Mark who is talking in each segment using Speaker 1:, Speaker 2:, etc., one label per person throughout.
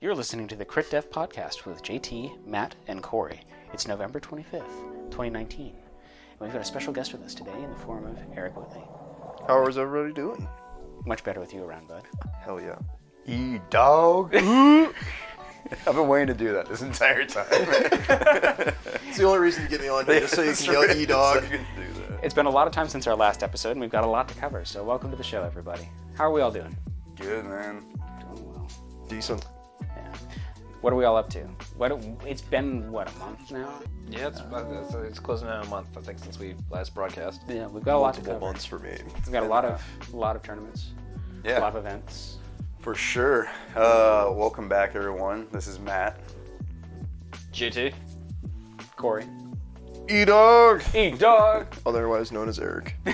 Speaker 1: You're listening to the Crit Dev Podcast with JT, Matt, and Corey. It's November 25th, 2019. And we've got a special guest with us today in the form of Eric Whitley.
Speaker 2: How is everybody doing?
Speaker 1: Much better with you around, bud.
Speaker 2: Hell yeah. E dog. I've been waiting to do that this entire time.
Speaker 3: It's the only reason to get me on here, just so you can yell
Speaker 2: That's
Speaker 3: e dog.
Speaker 2: right. So you can do that.
Speaker 1: It's been a lot of time since our last episode, and we've got a lot to cover, so welcome to the show, everybody. How are we all doing?
Speaker 2: Good man.
Speaker 1: Doing well.
Speaker 2: Decent.
Speaker 1: Yeah. What are we all up to? What It's been, what, a month now?
Speaker 4: Yeah, it's, about- it's, it's closing in on a month, I think, since we last broadcast.
Speaker 1: Yeah, we've got a lot to
Speaker 2: Multiple
Speaker 1: cover.
Speaker 2: months for me.
Speaker 1: We've got a lot of, a lot of tournaments, a lot
Speaker 2: Yeah,
Speaker 1: of events.
Speaker 2: for sure. Uh, welcome back, everyone. This is Matt.
Speaker 4: JT?
Speaker 1: Corey.
Speaker 2: E dog.
Speaker 1: Hey, dog!
Speaker 3: Otherwise known as Eric.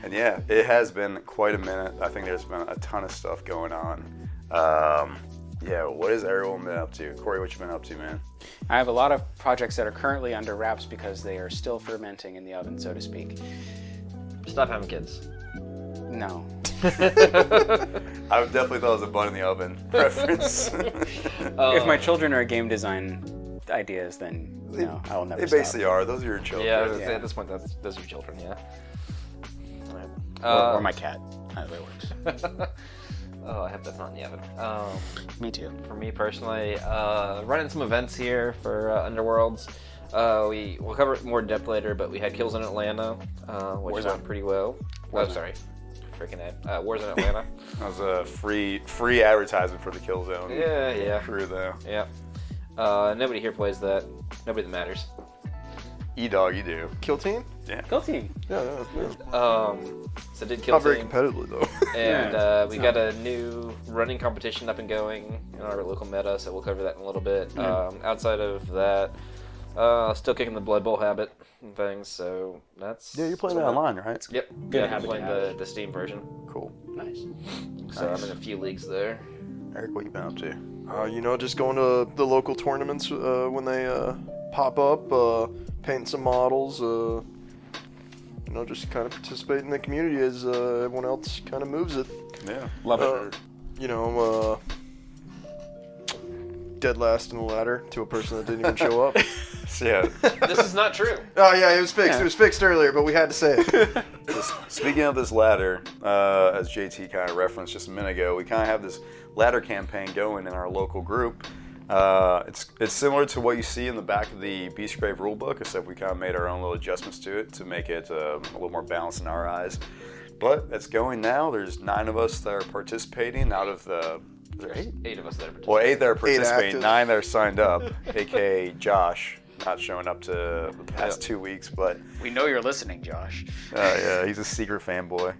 Speaker 2: And yeah, it has been quite a minute. I think there's been a ton of stuff going on. Um, yeah, what has everyone been up to? Corey, what you been up to, man?
Speaker 1: I have a lot of projects that are currently under wraps because they are still fermenting in the oven, so to speak.
Speaker 4: Stop having kids.
Speaker 1: No.
Speaker 2: I definitely thought it was a bun in the oven reference.
Speaker 1: if my children are game design ideas, then no, I will never
Speaker 2: they
Speaker 1: stop.
Speaker 2: basically are. Those are your children.
Speaker 4: Yeah, I was gonna
Speaker 1: Yeah.
Speaker 4: say, at this point, that's, those are children, yeah. Alright.
Speaker 1: Or,
Speaker 4: Uh,
Speaker 1: or my cat. Either way works.
Speaker 4: oh, I hope that's not in the oven. Um,
Speaker 1: Me too.
Speaker 4: for me personally, uh, running some events here for uh, Underworlds. Uh, we, we'll cover it more in depth later, but we had kills in Atlanta, uh, which
Speaker 1: Warzone.
Speaker 4: went pretty well.
Speaker 1: Warzone.
Speaker 4: Oh, sorry. Freaking A. Uh, Wars in Atlanta.
Speaker 2: That was a free free advertisement for the Kill Zone.
Speaker 4: yeah, yeah.
Speaker 2: True though.
Speaker 4: Yeah. Uh, nobody here plays that. Nobody that matters.
Speaker 2: E dog, you do.
Speaker 3: Kill team?
Speaker 2: Yeah.
Speaker 1: Go team.
Speaker 3: Yeah, yeah. yeah.
Speaker 4: Um, so did kill
Speaker 3: Not very
Speaker 4: team,
Speaker 3: competitively, though.
Speaker 1: Yeah,
Speaker 4: and uh,
Speaker 1: it's
Speaker 4: we
Speaker 1: not-
Speaker 4: got a new running competition up and going in our local meta, so we'll cover that in a little bit. Um, outside of that, uh, still kicking the Blood Bowl habit and things, so that's
Speaker 3: yeah, you're playing that
Speaker 4: that's
Speaker 3: online, right?
Speaker 4: Yep,
Speaker 1: Good
Speaker 4: yeah, I'm
Speaker 1: habit to
Speaker 4: playing
Speaker 1: have.
Speaker 4: the, the Steam version,
Speaker 3: Cool.
Speaker 1: Nice.
Speaker 4: so I'm in a few leagues there.
Speaker 2: Eric, what you been up to?
Speaker 3: Uh, you know, just going to the local tournaments uh, when they uh, pop up, uh, painting some models, uh, you know, just kind of participate in the community as uh, everyone else kind of moves it.
Speaker 2: Yeah.
Speaker 1: Love
Speaker 3: Uh,
Speaker 1: it.
Speaker 3: you know, uh, dead last in the ladder to a person that didn't even show up.
Speaker 2: So, yeah.
Speaker 4: this is not true.
Speaker 3: Oh yeah, it was fixed.
Speaker 1: Yeah.
Speaker 3: It was fixed earlier, but we had to say it. Oh,
Speaker 2: just speaking of this ladder, uh, as JT kind of referenced just a minute ago, we kind of have this ladder campaign going in our local group. Uh, it's it's similar to what you see in the back of the Beast Grave rulebook, except we kind of made our own little adjustments to it to make it um, a little more balanced in our eyes. But it's going now. There's nine of us that are participating out of the. Is there eight?
Speaker 4: Eight of us that are participating.
Speaker 2: Well, eight that are participating,
Speaker 3: active.
Speaker 2: nine that are signed up, aka Josh, not showing up to the past two weeks, but
Speaker 1: We know you're listening, Josh.
Speaker 2: uh, yeah, he's a secret fanboy.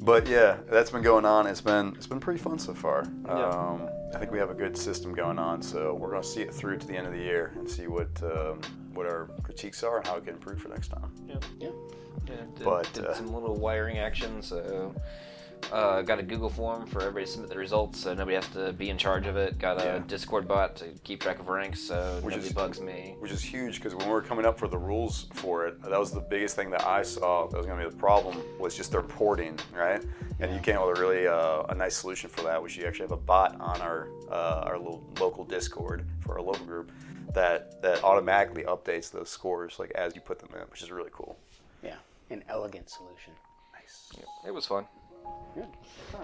Speaker 2: But yeah, that's been going on. It's been it's been pretty fun so far. Um, I think we have a good system going on, so we're gonna see it through to the end of the year and see what um, what our critiques are and how we can improve for next time.
Speaker 1: Yeah.
Speaker 4: Yeah, did,
Speaker 2: But,
Speaker 4: did
Speaker 2: uh,
Speaker 4: some little wiring action. So, uh, got a Google form for everybody to submit the results, so nobody has to be in charge of it. Got a
Speaker 2: Yeah.
Speaker 4: Discord bot to keep track of ranks, so
Speaker 2: Which
Speaker 4: nobody
Speaker 2: is-
Speaker 4: bugs me.
Speaker 2: which is huge because when we were coming up for the rules for it, that was the biggest thing that I saw that was going to be the problem was just their porting, right? And you came up with a really uh, a nice solution for that, which you actually have a bot on our uh, our little local Discord for our local group that that automatically updates those scores like as you put them in, which is really cool.
Speaker 1: Yeah. An elegant solution.
Speaker 4: It was fun.
Speaker 1: Yeah.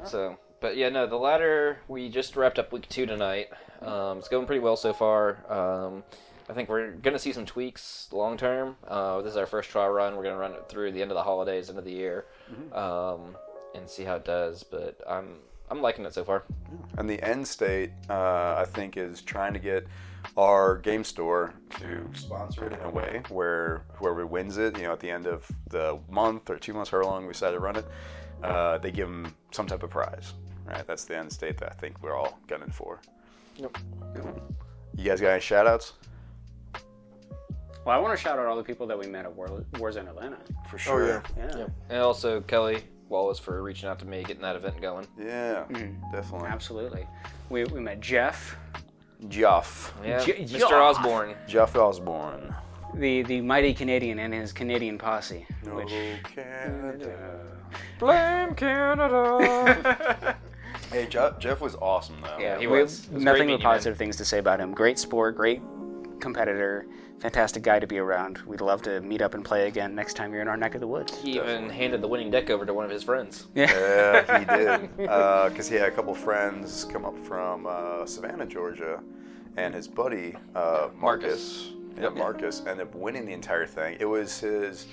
Speaker 4: So, but yeah, no, the ladder we just wrapped up week two tonight. Um, it's going pretty well so far. Um, I think we're gonna see some tweaks long term. Uh, this is our first trial run. We're gonna run it through the end of the holidays, end of the year, um, and see how it does. But I'm I'm liking it so far.
Speaker 2: And the end state, uh, I think, is trying to get our game store to sponsor it in a way where whoever wins it, you know, at the end of the month or two months, however long we decide to run it, uh, they give them some type of prize, right? That's the end state that I think we're all gunning for.
Speaker 4: Yep.
Speaker 2: You guys got any shout outs?
Speaker 1: Well, I want to shout out all the people that we met at War- Warzone Atlanta.
Speaker 2: For
Speaker 3: Oh
Speaker 2: sure.
Speaker 3: yeah.
Speaker 1: Yeah.
Speaker 4: And also Kelly Wallace for reaching out to me, getting that event going.
Speaker 2: Yeah,
Speaker 4: Mm.
Speaker 2: definitely.
Speaker 1: Absolutely. We, we met Jeff.
Speaker 2: Jeff.
Speaker 4: Yeah,
Speaker 1: J-
Speaker 4: Mr.
Speaker 1: yeah.
Speaker 4: Osborne.
Speaker 2: Jeff Osborne.
Speaker 1: the the mighty Canadian and his Canadian posse. Which,
Speaker 2: Canada.
Speaker 4: Blame Canada.
Speaker 2: Hey, Jeff, Jeff was awesome though.
Speaker 4: Yeah, he
Speaker 1: We
Speaker 4: was.
Speaker 1: have
Speaker 4: It was
Speaker 1: nothing
Speaker 4: great
Speaker 1: but
Speaker 4: meeting you, man.
Speaker 1: positive things to say about him. Great sport, great competitor, fantastic guy to be around. We'd love to meet up and play again next time you're in our neck of the woods.
Speaker 4: He even handed the winning deck over to one of his friends.
Speaker 1: Yeah.
Speaker 2: Yeah, he did. Because he had a couple friends come up from uh, Savannah, Georgia, and his buddy uh, Marcus.
Speaker 4: Marcus.
Speaker 2: Yeah, Marcus ended up winning the entire thing. It was his.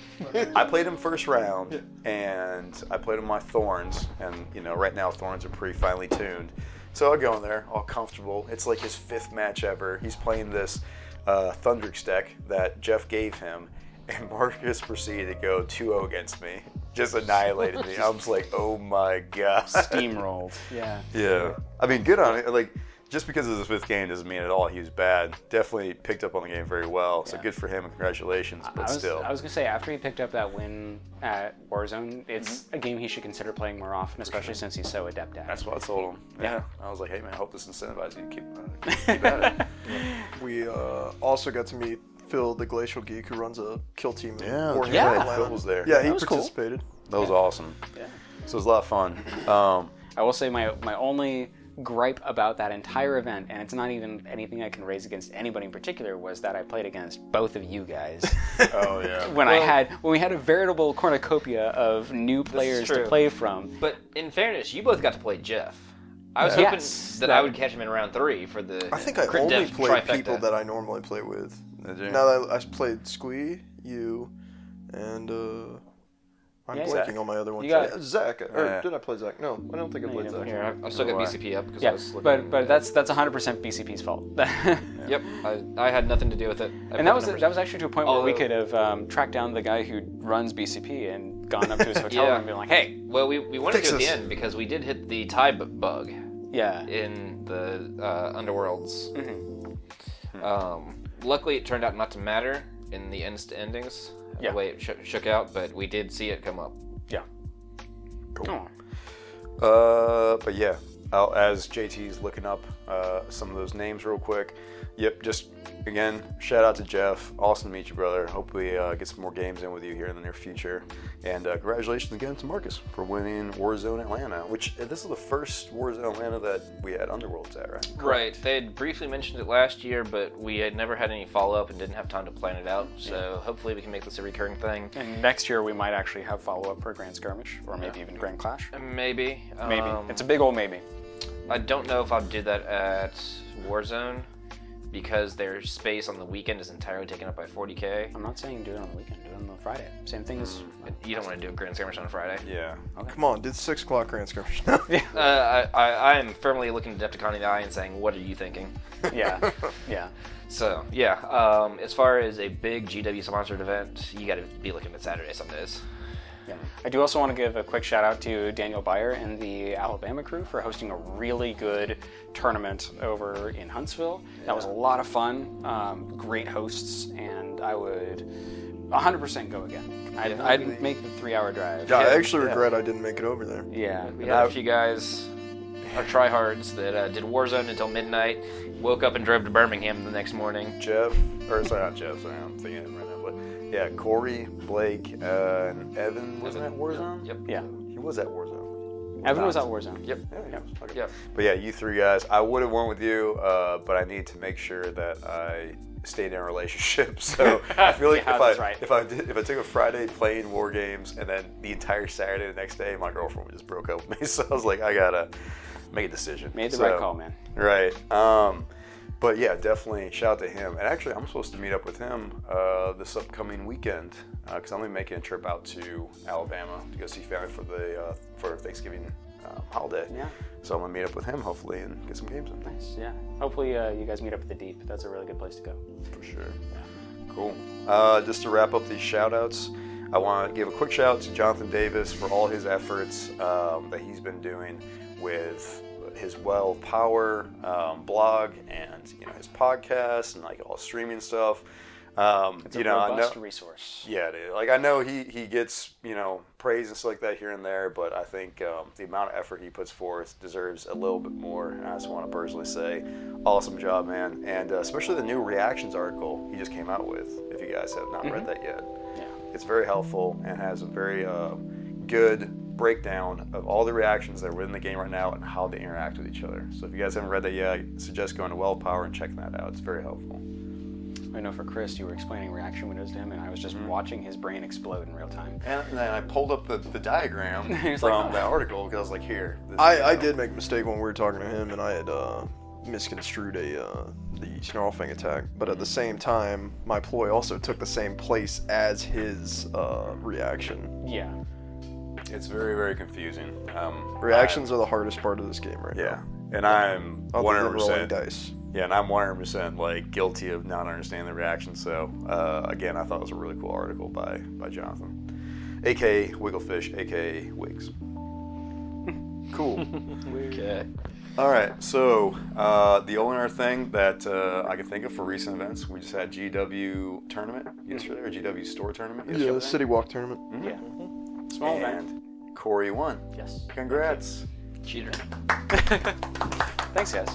Speaker 2: I played him first round, and I played him my thorns, and you know, right now thorns are pretty finely tuned. So I go in there, all comfortable. It's like his fifth match ever. He's playing this uh, Thundrix deck that Jeff gave him, and Marcus proceeded to go 2-0 against me. Just annihilated me. I was like, oh my god.
Speaker 1: Steamrolled. Yeah.
Speaker 2: Yeah. I mean, good on it. Like, just because it was his fifth game doesn't mean at all he was bad. Definitely picked up on the game very well. So
Speaker 1: Yeah.
Speaker 2: good for him. and Congratulations. But
Speaker 1: I was,
Speaker 2: still.
Speaker 1: I was gonna say after he picked up that win at Warzone, it's
Speaker 4: Mm-hmm.
Speaker 1: a game he should consider playing more often, especially since he's so adept at.
Speaker 2: that's what I told him.
Speaker 1: Yeah.
Speaker 2: I was like, hey, man, I hope this incentivizes you to keep, uh, keep- keep at it.
Speaker 3: We uh, also got to meet Phil, the glacial geek who runs a kill team. in
Speaker 2: Yeah,
Speaker 3: Warhammer
Speaker 1: yeah.
Speaker 3: Atlanta.
Speaker 2: Phil was there.
Speaker 3: Yeah, he
Speaker 2: That was
Speaker 1: cool.
Speaker 3: participated.
Speaker 2: That was awesome.
Speaker 1: it. Yeah.
Speaker 2: So it was a lot of fun. Um,
Speaker 1: I will say my my only gripe about that entire event, and it's not even anything I can raise against anybody in particular, was that I played against both of you guys
Speaker 2: oh, yeah.
Speaker 1: when I had when we had a veritable cornucopia of new players to
Speaker 4: true.
Speaker 1: play from.
Speaker 4: But in fairness, you both got to play Jeff. I was hoping
Speaker 1: Yes,
Speaker 4: that
Speaker 1: that-
Speaker 4: I would catch him in round three for the.
Speaker 3: I think I
Speaker 4: crit
Speaker 3: only
Speaker 4: def
Speaker 3: played
Speaker 4: trifecta.
Speaker 3: people that I normally play with.
Speaker 2: Did you?
Speaker 3: Now that I, I played Squee, you, and uh, I'm
Speaker 1: Yeah,
Speaker 3: blanking
Speaker 1: Zach.
Speaker 3: on my other one.
Speaker 1: You got-
Speaker 3: Yeah, Zach, or
Speaker 2: Yeah.
Speaker 3: did I play Zach? No, I don't think I
Speaker 1: you
Speaker 3: played
Speaker 1: didn't
Speaker 3: Zach.
Speaker 1: play
Speaker 4: Here, I, I still got BCP up because I
Speaker 1: uh, Yeah,
Speaker 4: was looking.
Speaker 1: but but
Speaker 4: at-
Speaker 1: that's that's 100% BCP's fault.
Speaker 4: Yep, I, I had nothing to do with it. I put
Speaker 1: And that was
Speaker 4: the numbers-
Speaker 1: that was actually to a point where we
Speaker 4: Although-
Speaker 1: could have um, tracked down the guy who runs BCP and gone up to his hotel
Speaker 4: Yeah.
Speaker 1: room and been like, "Hey,
Speaker 4: Well, we, we wanted
Speaker 3: Fix
Speaker 4: to at the
Speaker 3: this.
Speaker 4: end because we did hit the tie bu- bug
Speaker 1: yeah,
Speaker 4: in the uh, underworlds.
Speaker 1: Mm-hmm.
Speaker 4: Um, luckily, it turned out not to matter in the end endings.
Speaker 1: Yeah.
Speaker 4: The way it sh- shook out, but we did see it come up.
Speaker 1: yeah." Cool.
Speaker 2: Uh, but yeah, I'll, as JT's looking up uh, some of those names real quick. Yep, just again, shout out to Jeff. Awesome to meet you, brother. Hope we uh, get some more games in with you here in the near future. And uh, congratulations again to Marcus for winning Warzone Atlanta, which uh, this is the first Warzone Atlanta that we had Underworlds at, right?
Speaker 4: Right. They had briefly mentioned it last year, but we had never had any follow up and didn't have time to plan it out. So hopefully, we can make this a recurring thing.
Speaker 1: And next year we might actually have follow up for Grand Skirmish or maybe even Grand Clash.
Speaker 4: Maybe.
Speaker 1: Maybe
Speaker 4: Um,
Speaker 1: it's a big old maybe.
Speaker 4: I don't know if I'll do that at Warzone because their space on the weekend is entirely taken up by 40k.
Speaker 1: I'm not saying do it on the weekend. Do it on the Friday. Same thing as
Speaker 4: You don't want to do a grand skirmish on a Friday.
Speaker 2: Yeah.
Speaker 3: Come on, did six o'clock grand skirmish?
Speaker 4: Uh, I, I, I am firmly looking Decepticon in the eye and saying, "What are you thinking?"
Speaker 1: Mm. yeah, yeah.
Speaker 4: So yeah, um, as far as a big GW sponsored event, you got to be looking at Saturday some days.
Speaker 1: Yeah. I do also want to give a quick shout out to Daniel Byer and the Alabama crew for hosting a really good tournament over in Huntsville. That was a lot of fun. Um, great hosts, and I would 100% go again. I'd, I'd make the three hour drive.
Speaker 3: I actually regret I didn't make it over there.
Speaker 1: Yeah.
Speaker 4: We had a few guys, our tryhards, that uh, did Warzone until midnight, woke up and drove to Birmingham the next morning.
Speaker 2: Jeff, or sorry, not Jeff, sorry, I'm thinking of him right now, but yeah, Corey, Blake, uh, and Evan wasn't at Warzone?
Speaker 4: Yep.
Speaker 1: Yeah.
Speaker 2: He was at Warzone.
Speaker 1: Evan was at Warzone.
Speaker 4: Yep.
Speaker 2: Yeah, he was. Okay.
Speaker 4: Yep.
Speaker 2: But yeah, you three guys, I would have went with you, uh, but I need to make sure that I stayed in a relationship. So I feel like
Speaker 1: Yeah,
Speaker 2: if, I,
Speaker 1: that's right.
Speaker 2: if I did, if I took a Friday playing war games and then the entire Saturday the next day, my girlfriend just broke up with me. So I was like, I gotta make a decision.
Speaker 1: Made the
Speaker 2: So-
Speaker 1: right call, man.
Speaker 2: Right. Um, but yeah, definitely shout out to him. And actually, I'm supposed to meet up with him uh, this upcoming weekend because I'm gonna be making a trip out to Alabama to go see family for the uh, for Thanksgiving um, holiday.
Speaker 1: Yeah.
Speaker 2: So I'm gonna meet up with him hopefully and get some games in
Speaker 1: Nice. Yeah. Hopefully, uh, you guys meet up at the Deep. That's a really good place to go.
Speaker 2: for sure. Cool. Uh, just to wrap up these shout outs, I want to give a quick shout out to Jonathan Davis for all his efforts um, that he's been doing with his Well of Power um, blog and you know his podcast and like all streaming stuff. Um,
Speaker 1: It's
Speaker 2: you
Speaker 1: a
Speaker 2: know, I
Speaker 1: robust
Speaker 2: know-
Speaker 1: resource.
Speaker 2: yeah, dude. like I know he he gets you know praise and stuff like that here and there, but I think um, the amount of effort he puts forth deserves a little bit more. And I just want to personally say, awesome job, man, and uh, especially the new reactions article he just came out with. If you guys have not read that yet,
Speaker 1: Yeah.
Speaker 2: it's very helpful and has a very uh, good breakdown of all the reactions that were in the game right now and how they interact with each other. So if you guys haven't read that yet, I suggest going to Well Power and checking that out. It's very helpful.
Speaker 1: I know for Chris, you were explaining reaction windows to him, and I was
Speaker 2: Mm-hmm.
Speaker 1: just watching his brain explode in real time.
Speaker 2: And then I pulled up the, the diagram
Speaker 1: He's
Speaker 2: from
Speaker 1: like, "Oh."
Speaker 2: that article because I was like, here. this is
Speaker 3: I, I
Speaker 2: how-
Speaker 3: did make a mistake when we were talking to him, and I had uh, misconstrued a uh, the snarlfang attack. But at the same time, my ploy also took the same place as his uh, reaction.
Speaker 1: Yeah.
Speaker 2: It's very, very confusing. Um,
Speaker 3: Reactions are the hardest part of this game right
Speaker 2: I- yeah. And I'm
Speaker 3: now. Other than rolling
Speaker 2: 100%.
Speaker 3: dice.
Speaker 2: Yeah, and I'm 100% like guilty of not understanding the reaction. So uh, again, I thought it was a really cool article by by Jonathan, aka Wigglefish, aka Wiggs. cool.
Speaker 4: Okay.
Speaker 2: All right, so uh, the only other thing that uh, I can think of for recent events, we just had GW tournament
Speaker 1: Mm-hmm.
Speaker 2: yesterday, or GW store tournament
Speaker 3: Yeah,
Speaker 2: yesterday.
Speaker 3: the City Walk tournament.
Speaker 2: Mm-hmm.
Speaker 1: Yeah. Small event.
Speaker 2: And Corey won.
Speaker 1: Mm-hmm. Yes.
Speaker 2: Congrats,
Speaker 4: Cheater.
Speaker 1: Thanks, guys.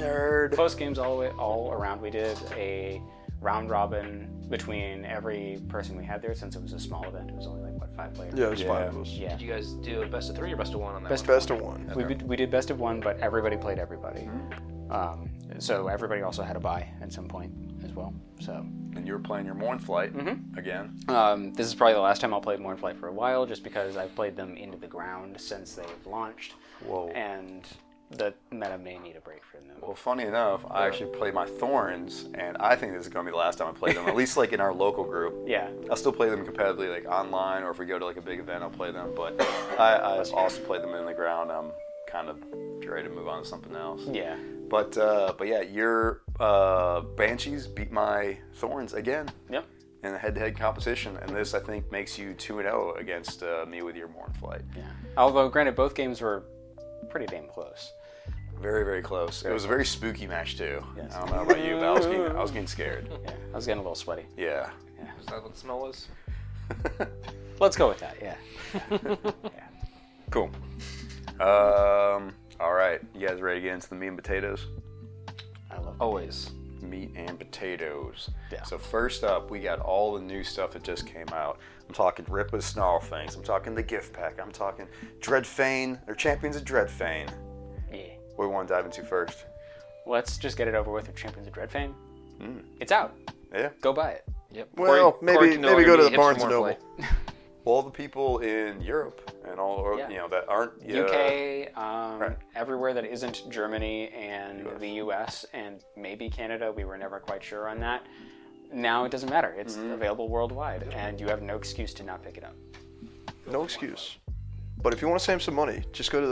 Speaker 2: nerd.
Speaker 1: Close games all the way, all around. We did a round robin between every person we had there since it was a small event. It was only like what five players.
Speaker 3: Yeah, there's
Speaker 2: Yeah.
Speaker 3: five of us.
Speaker 1: Yeah.
Speaker 4: Did you guys do a best of three or best of one on that?
Speaker 3: Best
Speaker 4: one?
Speaker 3: best of one.
Speaker 1: We, did- we did best of one, but everybody played everybody. Um, so everybody also had a buy at some point as well. So
Speaker 2: And you were playing your Morn Flight again.
Speaker 1: Um, this is probably the last time I'll play Morn Flight for a while, just because I've played them into the ground since they've launched.
Speaker 2: Whoa.
Speaker 1: And the meta may need a break from them.
Speaker 2: Well, funny enough, I actually played my Thorns, and I think this is going to be the last time I play them, at least like in our local group.
Speaker 1: Yeah.
Speaker 2: I'll still play them competitively, like online, or if we go to like a big event, I'll play them. But I, I also played them in the ground. I'm kind of ready to move on to something else.
Speaker 1: Yeah.
Speaker 2: But uh, but yeah, your uh, Banshees beat my Thorns again
Speaker 1: Yep.
Speaker 2: in a head-to-head competition, and this I think makes you two and zero against uh, me with your Morn Flight.
Speaker 1: Yeah. Although, granted, both games were pretty damn close.
Speaker 2: Very very close. It was a very spooky match too. I don't know about you, but I was getting, I was getting scared.
Speaker 1: Yeah. I was getting a little sweaty.
Speaker 2: Yeah.
Speaker 4: Is that what the smell was?
Speaker 1: Let's go with that. Yeah.
Speaker 2: Cool. Um. All right, you guys ready to get into the meat and potatoes?
Speaker 1: I love.
Speaker 4: Always.
Speaker 2: meat and potatoes.
Speaker 1: Yeah.
Speaker 2: So first up, we got all the new stuff that just came out. I'm talking Rip with Snarl Fangs. I'm talking the gift pack. I'm talking Dreadfane. They're champions of Dreadfane.
Speaker 1: Yeah.
Speaker 2: What do we want to dive into first?
Speaker 1: Let's just get it over with. Of Champions of Dreadfame. It's out.
Speaker 2: Yeah.
Speaker 1: Go buy it.
Speaker 4: Yep.
Speaker 3: Well,
Speaker 4: Corey-
Speaker 3: maybe
Speaker 4: Corey can no
Speaker 3: maybe
Speaker 4: longer
Speaker 3: go to
Speaker 4: be
Speaker 3: the
Speaker 4: hipster
Speaker 3: Barnes and
Speaker 4: Morphle.
Speaker 3: Noble.
Speaker 2: All the people in Europe and all or,
Speaker 1: Yeah.
Speaker 2: you know that aren't uh,
Speaker 1: UK, um,
Speaker 2: Right.
Speaker 1: everywhere that isn't Germany and the US and maybe Canada. We were never quite sure on that. Now it doesn't matter. It's available worldwide, and you have no excuse to not pick it up.
Speaker 3: No excuse. But if you want to save some money, just go to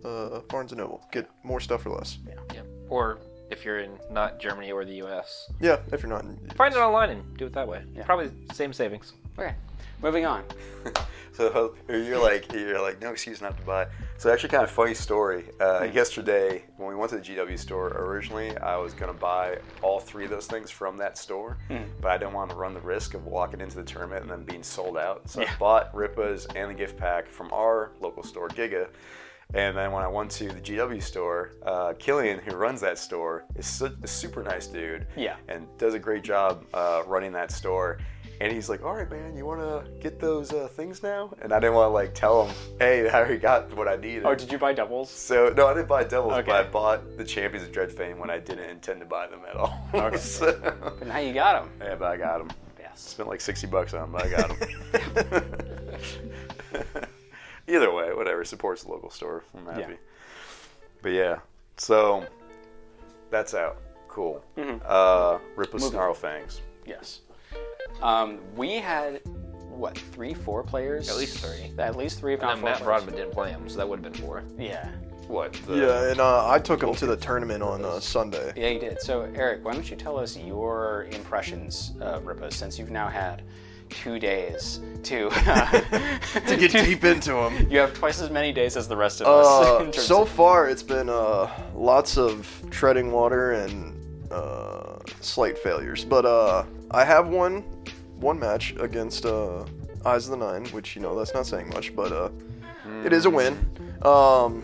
Speaker 3: the uh, Barnes and Noble. Get more stuff for less.
Speaker 4: Yep. Or if you're in not Germany or the U.S.,
Speaker 3: Yeah, if you're not. in-
Speaker 4: find it online and do it that way. Probably same savings.
Speaker 1: Okay, moving on.
Speaker 2: So you're like you're like no excuse not to buy. So actually, kind of funny story. Uh,
Speaker 1: Hmm.
Speaker 2: Yesterday, when we went to the GW store originally, I was gonna buy all three of those things from that store,
Speaker 1: Hmm.
Speaker 2: but I didn't want to run the risk of walking into the tournament and then being sold out. So I bought Ripas and the gift pack from our local store, Giga. And then when I went to the GW store, uh, Killian, who runs that store, is su- a super nice dude.
Speaker 1: Yeah.
Speaker 2: And does a great job uh, running that store. And he's like, "All right, man, you want to get those uh, things now?" And I didn't want to like tell him, "Hey, I already got what I needed."
Speaker 1: Oh, did you buy doubles?
Speaker 2: so no, I didn't buy doubles,
Speaker 1: Okay.
Speaker 2: but I bought the Champions of Dread Fame when I didn't intend to buy them at all. Okay. so,
Speaker 1: Now you got them.
Speaker 2: yeah, but I got them.
Speaker 1: Yes.
Speaker 2: Spent like sixty bucks on them, but I got them. Either way, whatever supports the local store. I'm happy. But yeah, so that's out. Cool.
Speaker 1: Mm-hmm.
Speaker 2: Uh, Rip with Snarl Fangs.
Speaker 1: Yes. Um, we had what three, four players?
Speaker 4: At least three.
Speaker 1: At least three, if
Speaker 4: And
Speaker 1: not
Speaker 4: then
Speaker 1: four.
Speaker 4: Matt
Speaker 1: players.
Speaker 4: Brodman didn't play him, so that would have been four.
Speaker 1: Yeah.
Speaker 2: What? The,
Speaker 3: Yeah, and uh, I took him to the tournament on uh, Sunday.
Speaker 1: Yeah, you did. So, Eric, why don't you tell us your impressions of Ripa since you've now had two days to
Speaker 3: to get deep into him.
Speaker 1: You have twice as many days as the rest of us.
Speaker 3: Uh,
Speaker 1: in terms
Speaker 3: so
Speaker 1: of-
Speaker 3: far, it's been uh, lots of treading water and uh, slight failures. But uh, I have one one match against uh, Eyes of the Nine, which you know that's not saying much, but uh,
Speaker 1: Hmm.
Speaker 3: it is a win. Um,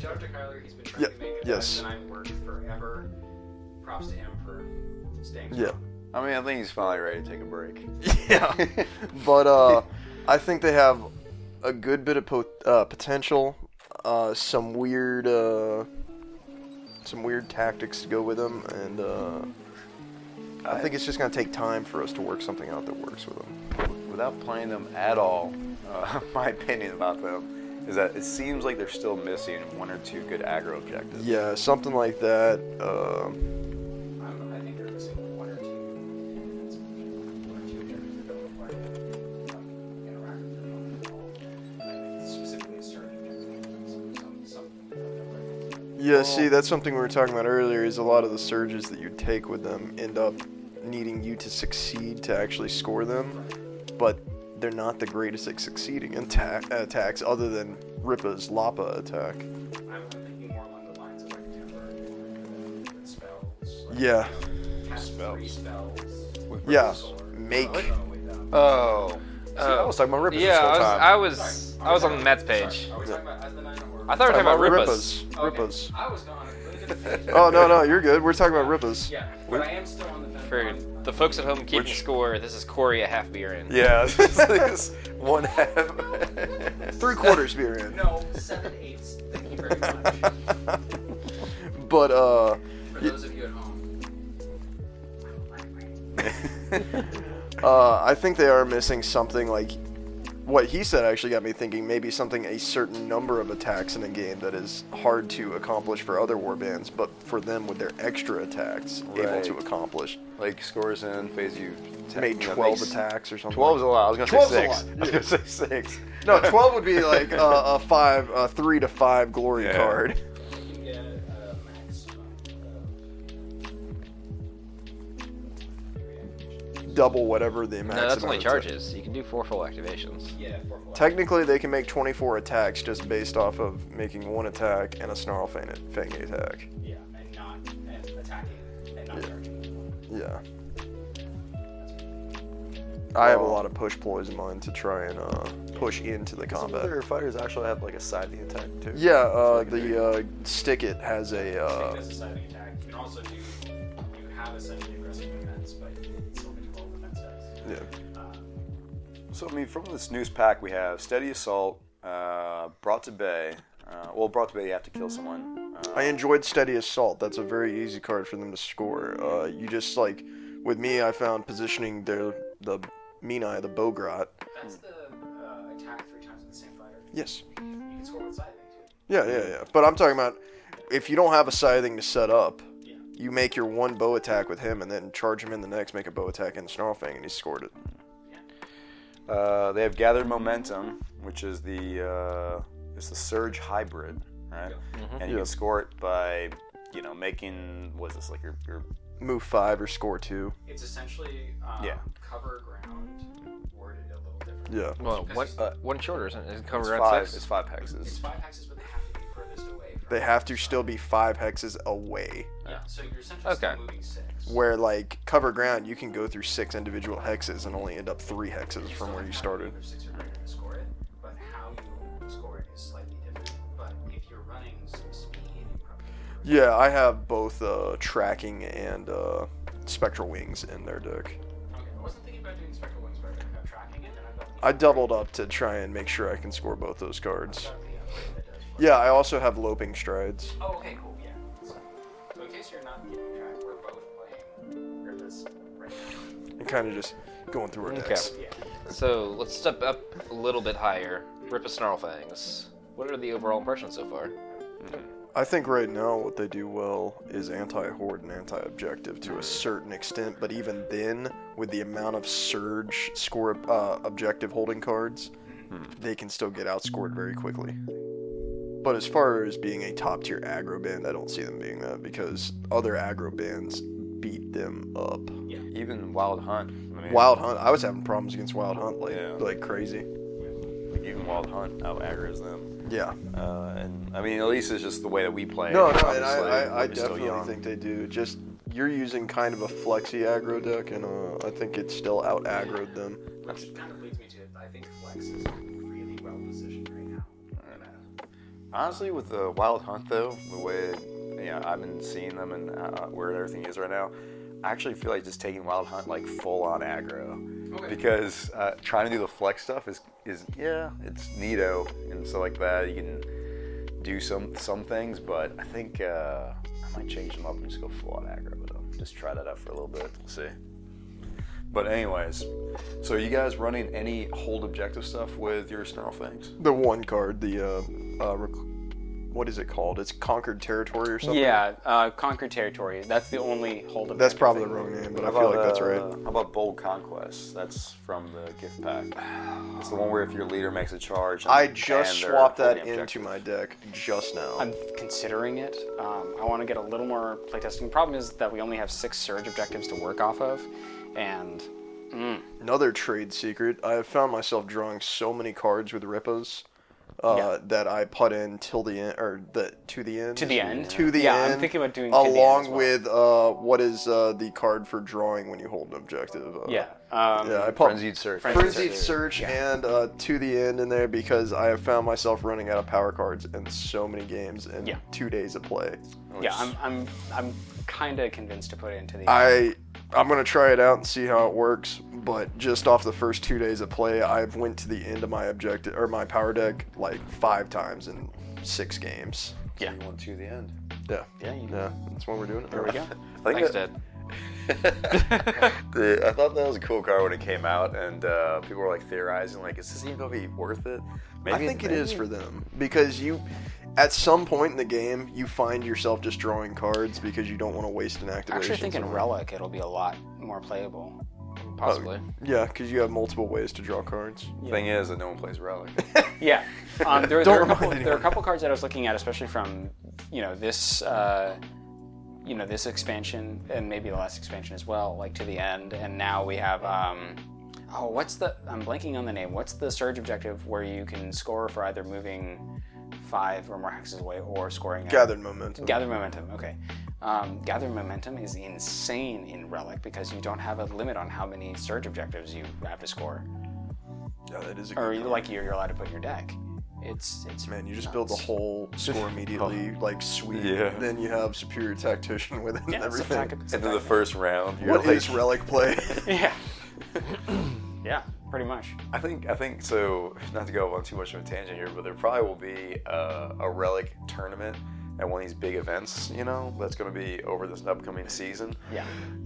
Speaker 1: Shout out to Kyler. He's been trying
Speaker 3: Yeah,
Speaker 1: to make it
Speaker 3: yes.
Speaker 1: and I work forever. Props to him for staying.
Speaker 3: yeah.
Speaker 2: I mean, I think he's finally ready to take a break.
Speaker 3: yeah. But uh, I think they have a good bit of po- uh, potential, uh, some weird, uh, some weird tactics to go with them, and uh, I think it's just gonna take time for us to work something out that works with them.
Speaker 2: without playing them at all, uh, my opinion about them is that it seems like they're still missing one or two good aggro objectives.
Speaker 3: Yeah, something like that. Uh,
Speaker 1: Um, I think they're missing one or two. one or two characters that don't require, um, interactive dialogue. Specifically, a certain- some- some-
Speaker 3: yeah, see, that's something we were talking about earlier. Is a lot of the surges that you take with them end up needing you to succeed to actually score them, but they're not the greatest at succeeding in ta- attacks other than Ripa's Lapa attack.
Speaker 1: I'm thinking more along the lines of like temporary like, uh, spells. like,
Speaker 3: Yeah.
Speaker 1: cast three spells.
Speaker 3: Yeah. Make.
Speaker 1: Oh, wait, no.
Speaker 2: Oh. See, I
Speaker 4: Oh.
Speaker 2: was talking about Rippers
Speaker 4: Yeah,
Speaker 2: this whole time.
Speaker 4: I was I was, I was on Matt's page.
Speaker 1: Are we talking about Asmonine or?
Speaker 4: I thought we were talking about Rippers.
Speaker 3: Ripas.
Speaker 1: Okay.
Speaker 3: Ripas.
Speaker 1: I was gone.
Speaker 3: Oh no no, you're good. We're talking about Ripas.
Speaker 1: Yeah, but I am still on the fence.
Speaker 4: For
Speaker 1: on-
Speaker 4: the folks at home keeping score, this is Corey a half beer in.
Speaker 2: yeah, this is one half.
Speaker 3: Three quarters beer in.
Speaker 1: No, seven eighths. Thank you very much.
Speaker 3: But uh,
Speaker 1: For those of you at home.
Speaker 3: uh, I think they are missing something like what he said actually got me thinking maybe something a certain number of attacks in a game that is hard to accomplish for other warbands, but for them with their extra attacks able
Speaker 2: Right.
Speaker 3: to accomplish.
Speaker 2: like scores in, phase you. attack-
Speaker 3: Made
Speaker 2: you know,
Speaker 3: 12
Speaker 2: makes-
Speaker 3: attacks or something.
Speaker 2: Twelve is a lot. I was gonna
Speaker 3: 12 is a
Speaker 2: say six.
Speaker 3: lot.
Speaker 2: I was gonna say six.
Speaker 3: No, 12 would be like a, a five, a three to five glory
Speaker 2: Yeah.
Speaker 1: You
Speaker 3: card.
Speaker 1: can get a max. uh,
Speaker 3: Double whatever the maximum.
Speaker 4: No, that's only
Speaker 3: attack-
Speaker 4: charges. You can do four full activations.
Speaker 1: Yeah, four four.
Speaker 3: Technically, they can make 24 attacks just based off of making one attack and a snarl feint, feint attack.
Speaker 1: Yeah, and not and attacking and not charging.
Speaker 3: Yeah. I have a lot of push ploys in mind to try and uh, push into the combat.
Speaker 2: Other fighters actually have like a side the attack too.
Speaker 3: Yeah, uh, the uh, stick it has a.
Speaker 1: Take
Speaker 3: Uh,
Speaker 1: this as a siding attack. You can also do. You have a slightly aggressive defense, but it's only 12 defense dice.
Speaker 3: yeah.
Speaker 2: So I mean, from this news pack we have steady assault, uh, brought to bay. Uh, well, brought to bay, you have to kill someone. Uh,
Speaker 3: I enjoyed steady assault. That's a very easy card for them to score. Uh, you just like with me, I found positioning their the Minai, the Bogrot.
Speaker 1: That's the uh, attack three times with the same fire.
Speaker 3: Yes.
Speaker 1: You can score with siding too.
Speaker 3: Yeah, yeah, yeah. But I'm talking about if you don't have a scything to set up,
Speaker 1: Yeah.
Speaker 3: you make your one bow attack with him and then charge him in the next, make a bow attack and snarlfang, and he scored it.
Speaker 2: Uh, they have gathered momentum, which is the uh, it's the surge hybrid, right? And you
Speaker 3: Yeah.
Speaker 2: can score it by, you know, making what is this like your, your
Speaker 3: Move five or score two.
Speaker 1: It's essentially um,
Speaker 2: Yeah.
Speaker 1: cover ground worded a little differently.
Speaker 3: Yeah.
Speaker 4: Well, one,
Speaker 1: Because-
Speaker 4: uh, one shorter isn't it?
Speaker 2: it's
Speaker 4: Cover around
Speaker 2: five
Speaker 4: six.
Speaker 2: it's five
Speaker 1: It's
Speaker 2: hexes.
Speaker 1: five hexes, but they have to be furthest away. From
Speaker 3: They have to still be five hexes away.
Speaker 1: Yeah. So you're essentially still
Speaker 4: Okay.
Speaker 1: moving six.
Speaker 3: Where, like, cover ground, you can go through six individual hexes and only end up three hexes
Speaker 1: You still
Speaker 3: from where you
Speaker 1: have to
Speaker 3: started.
Speaker 1: move six or greater to score it, but how you score it is slightly different. But if you're running some speed, you probably
Speaker 3: Yeah, I have both uh, tracking and uh, spectral wings in their deck.
Speaker 1: Okay, I wasn't thinking about doing spectral wings, but I think about tracking it, and I got the
Speaker 3: I doubled up to try and make sure I can score both those cards.
Speaker 1: got the upgrade that does.
Speaker 3: Yeah, I also have loping strides.
Speaker 1: Oh, okay, cool, yeah. So, so in case you're not keeping track, we're both playing or this right now.
Speaker 3: and kind of just going through our
Speaker 4: Okay.
Speaker 3: decks.
Speaker 1: Yeah.
Speaker 4: So let's step up a little bit higher. Rip a snarl fangs. What are the overall impressions so far?
Speaker 3: I think right now what they do well is anti-horde and anti-objective to a certain extent, but even then, with the amount of surge score uh, objective holding cards, they can still get outscored very quickly. But as far as being a top-tier aggro band, I don't see them being that because other aggro bands beat them up.
Speaker 2: Even Wild Hunt. I mean,
Speaker 3: Wild Hunt, I was having problems against Wild Hunt like
Speaker 2: Yeah.
Speaker 3: like crazy.
Speaker 2: like even Wild Hunt out aggro's them.
Speaker 3: Yeah.
Speaker 2: Uh, and I mean, at least it's just the way that we play.
Speaker 3: No,
Speaker 2: it.
Speaker 3: no, and
Speaker 2: Obviously,
Speaker 3: I, I, I
Speaker 2: we're still
Speaker 3: definitely
Speaker 2: young.
Speaker 3: think they do. Just you're using kind of a flexi aggro deck, and uh, I think it still out aggroed them.
Speaker 1: Which kind of leads me to I think Flex is really well positioned right now.
Speaker 2: Honestly, with the Wild Hunt though, the way you know, I've been seeing them and uh, where everything is right now, I actually feel like just taking Wild Hunt like full on aggro because uh, trying to do the flex stuff is is yeah, it's neato and stuff like that. You can do some some things, but I think uh, I might change them up and just go full on aggro with them. Just try that out for a little bit. We'll see. But anyways, so are you guys running any hold objective stuff with your snarl fangs?
Speaker 3: The one card, the uh, uh, rec- what is it called? It's conquered territory or something.
Speaker 1: Yeah, uh, conquered territory. That's the only hold.
Speaker 3: That's probably the wrong name, but I feel like that's right.
Speaker 2: uh, How about Bold Conquest? That's from the gift pack. It's the one where if your leader makes a charge.
Speaker 3: I just
Speaker 2: and they're
Speaker 3: swapped that
Speaker 2: holding objective.
Speaker 3: into my deck just now.
Speaker 1: I'm considering it. Um, I want to get a little more playtesting. The problem is that we only have six surge objectives to work off of, and
Speaker 3: Another trade secret. I have found myself drawing so many cards with Rippos uh,
Speaker 1: Yeah.
Speaker 3: that I put in till the end, or the to the end,
Speaker 1: To the end.
Speaker 3: to the
Speaker 1: Yeah, I'm
Speaker 3: end.
Speaker 1: thinking about doing to the end
Speaker 3: along
Speaker 1: as well.
Speaker 3: with uh, what is uh, the card for drawing when you hold an objective. Uh,
Speaker 1: yeah, um,
Speaker 3: yeah. I put
Speaker 2: Frenzied Surge.
Speaker 1: Frenzied
Speaker 3: Frenzied Search and uh, to the end in there because I have found myself running out of power cards in so many games in
Speaker 1: Yeah.
Speaker 3: two days of play.
Speaker 1: yeah. I'm, I'm, I'm kind of convinced to put it into the.
Speaker 3: I I'm gonna try it out and see how it works, but just off the first two days of play, I've went to the end of my objective or my power deck like five times in six games.
Speaker 1: yeah.
Speaker 2: You want to the end.
Speaker 3: Yeah,
Speaker 1: Yeah, you-
Speaker 3: yeah, that's what we're doing.
Speaker 1: There we go.
Speaker 2: I
Speaker 4: Thanks,
Speaker 2: think that-
Speaker 4: Dad.
Speaker 2: the, I thought that was a cool card when it came out, and uh, people were like theorizing, like, is this even gonna be worth it?
Speaker 3: I think it is for them because you, at some point in the game, you find yourself just drawing cards because you don't want to waste an
Speaker 1: I
Speaker 3: activation.
Speaker 1: actually think in
Speaker 3: somewhere.
Speaker 1: Relic it'll be a lot more playable.
Speaker 4: Possibly.
Speaker 3: Yeah, because you have multiple ways to draw cards.
Speaker 2: Thing is that no one plays Relic.
Speaker 1: Yeah, um, there, there,
Speaker 3: Don't
Speaker 1: are a
Speaker 3: remind
Speaker 1: couple, there are
Speaker 3: anyone.
Speaker 1: a couple cards that I was looking at, especially from you know this uh, you know this expansion and maybe the last expansion as well, like to the end. And now we have um, oh, what's the I'm blanking on the name. What's the surge objective where you can score for either moving five or more hexes away or scoring a-
Speaker 3: Gathered momentum.
Speaker 1: Gather momentum. Okay. Um, gather momentum is insane in Relic because you don't have a limit on how many surge objectives you have to score,
Speaker 3: yeah, that is a good
Speaker 1: or
Speaker 3: card.
Speaker 1: like you're, you're allowed to put in your deck. It's it's
Speaker 3: Man, you just build the
Speaker 1: nuts.
Speaker 3: whole score immediately, like sweet.
Speaker 2: Yeah.
Speaker 3: Then you have superior tactician with it and
Speaker 1: Yeah, it's a
Speaker 3: everything.
Speaker 1: pack of- it's a
Speaker 2: Into the
Speaker 1: pack of-
Speaker 2: first round, you're
Speaker 3: What
Speaker 2: like,
Speaker 3: is relic play?
Speaker 1: Yeah. yeah, pretty much.
Speaker 2: I think I think so. Not to go on too much of a tangent here, but there probably will be uh, a relic tournament at one of these big events. You know, that's going to be over this upcoming season,
Speaker 1: Yeah.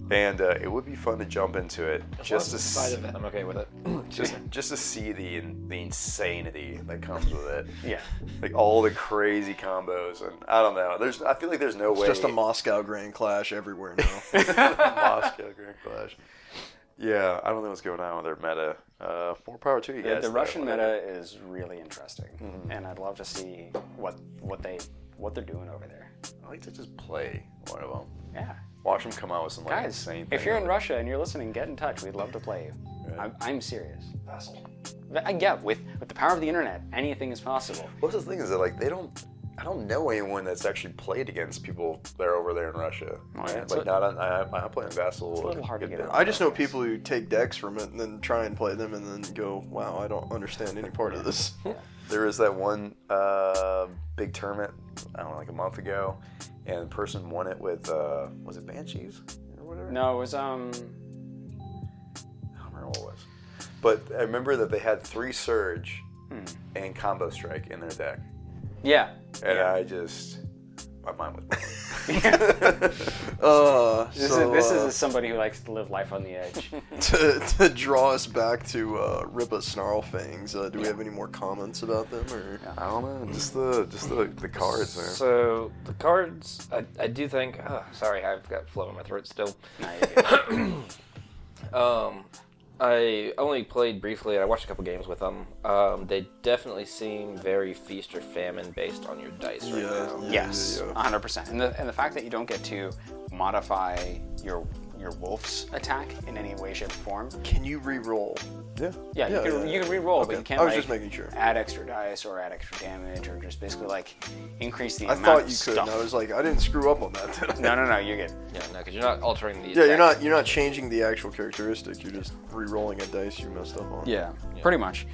Speaker 2: and uh, it would be fun to jump into it just to s-
Speaker 4: Side event. I'm okay with it.
Speaker 2: just just to see the in- the insanity that comes with it.
Speaker 1: Yeah.
Speaker 2: Like all the crazy combos, and I don't know. There's I feel like there's no way
Speaker 3: Just a Moscow Grand Clash everywhere now.
Speaker 2: Moscow Grand Clash. Yeah, I don't know what's going on with their meta. Uh, more power to you
Speaker 1: The,
Speaker 2: guys.
Speaker 1: the
Speaker 2: though.
Speaker 1: Russian meta is really interesting,
Speaker 2: Mm-hmm.
Speaker 1: and I'd love to see what what they what they're doing over there.
Speaker 2: I like to just play one of them.
Speaker 1: Yeah.
Speaker 2: Watch them come out with some like
Speaker 1: Guys,
Speaker 2: insane.
Speaker 1: if
Speaker 2: thing.
Speaker 1: you're in Russia and you're listening, get in touch. We'd love to play you.
Speaker 2: Right.
Speaker 1: I'm, I'm serious. But, uh, yeah, with, with the power of the internet, anything is possible.
Speaker 2: what's the thing is that like they don't. I don't know anyone that's actually played against people that are over there in Russia.
Speaker 1: Oh, yeah,
Speaker 2: Right?
Speaker 1: it's
Speaker 2: Like
Speaker 1: a-
Speaker 2: not on. I, I play on Vassal. It's
Speaker 1: a little hard to get
Speaker 3: I just know people who take decks from it and then try and play them and then go, wow, I don't understand any part of this.
Speaker 2: There was that one uh, big tournament, I don't know, like a month ago, and the person won it with uh, was it Banshees or whatever?
Speaker 1: No, it was um.
Speaker 2: I don't remember what it was. But I remember that they had three Surge and Combo Strike in their deck,
Speaker 1: Hmm. Yeah.
Speaker 2: and I just my mind was. blown.
Speaker 3: Uh,
Speaker 1: This,
Speaker 3: so,
Speaker 1: is, this
Speaker 3: uh,
Speaker 1: is somebody who likes to live life on the edge.
Speaker 3: to, to draw us back to uh, Ripa Snarl Fangs. Uh, do we have any more comments about them? Or
Speaker 2: I don't know, just the just the, the cards, man.
Speaker 4: So the cards, I, I do think. Oh, sorry, I've got flow in my throat still.
Speaker 1: Nah, you're good.
Speaker 4: Um, I only played briefly, and I watched a couple games with them. Um, they definitely seem very feast or famine based on your dice right now.
Speaker 1: Yes,
Speaker 3: yeah, yeah.
Speaker 1: 100%. And the, and the fact that you don't get to modify your your wolf's attack in any way, shape, or form.
Speaker 3: Can you re-roll? Yeah.
Speaker 1: Yeah, you, can, you can re-roll, but you can't
Speaker 3: I was
Speaker 1: like,
Speaker 3: just making sure.
Speaker 1: add extra dice or add extra damage or just basically like increase the
Speaker 3: I
Speaker 1: amount
Speaker 3: thought
Speaker 1: of
Speaker 3: you could.
Speaker 1: stuff.
Speaker 3: And I was like, I didn't screw up on that. Did I?
Speaker 1: No, no, no, you're good.
Speaker 4: Yeah, no, because you're not altering the.
Speaker 3: Yeah, you're
Speaker 4: attack.
Speaker 3: not you're not changing the actual characteristic. You're just re-rolling a dice you messed up on.
Speaker 1: Yeah, pretty much.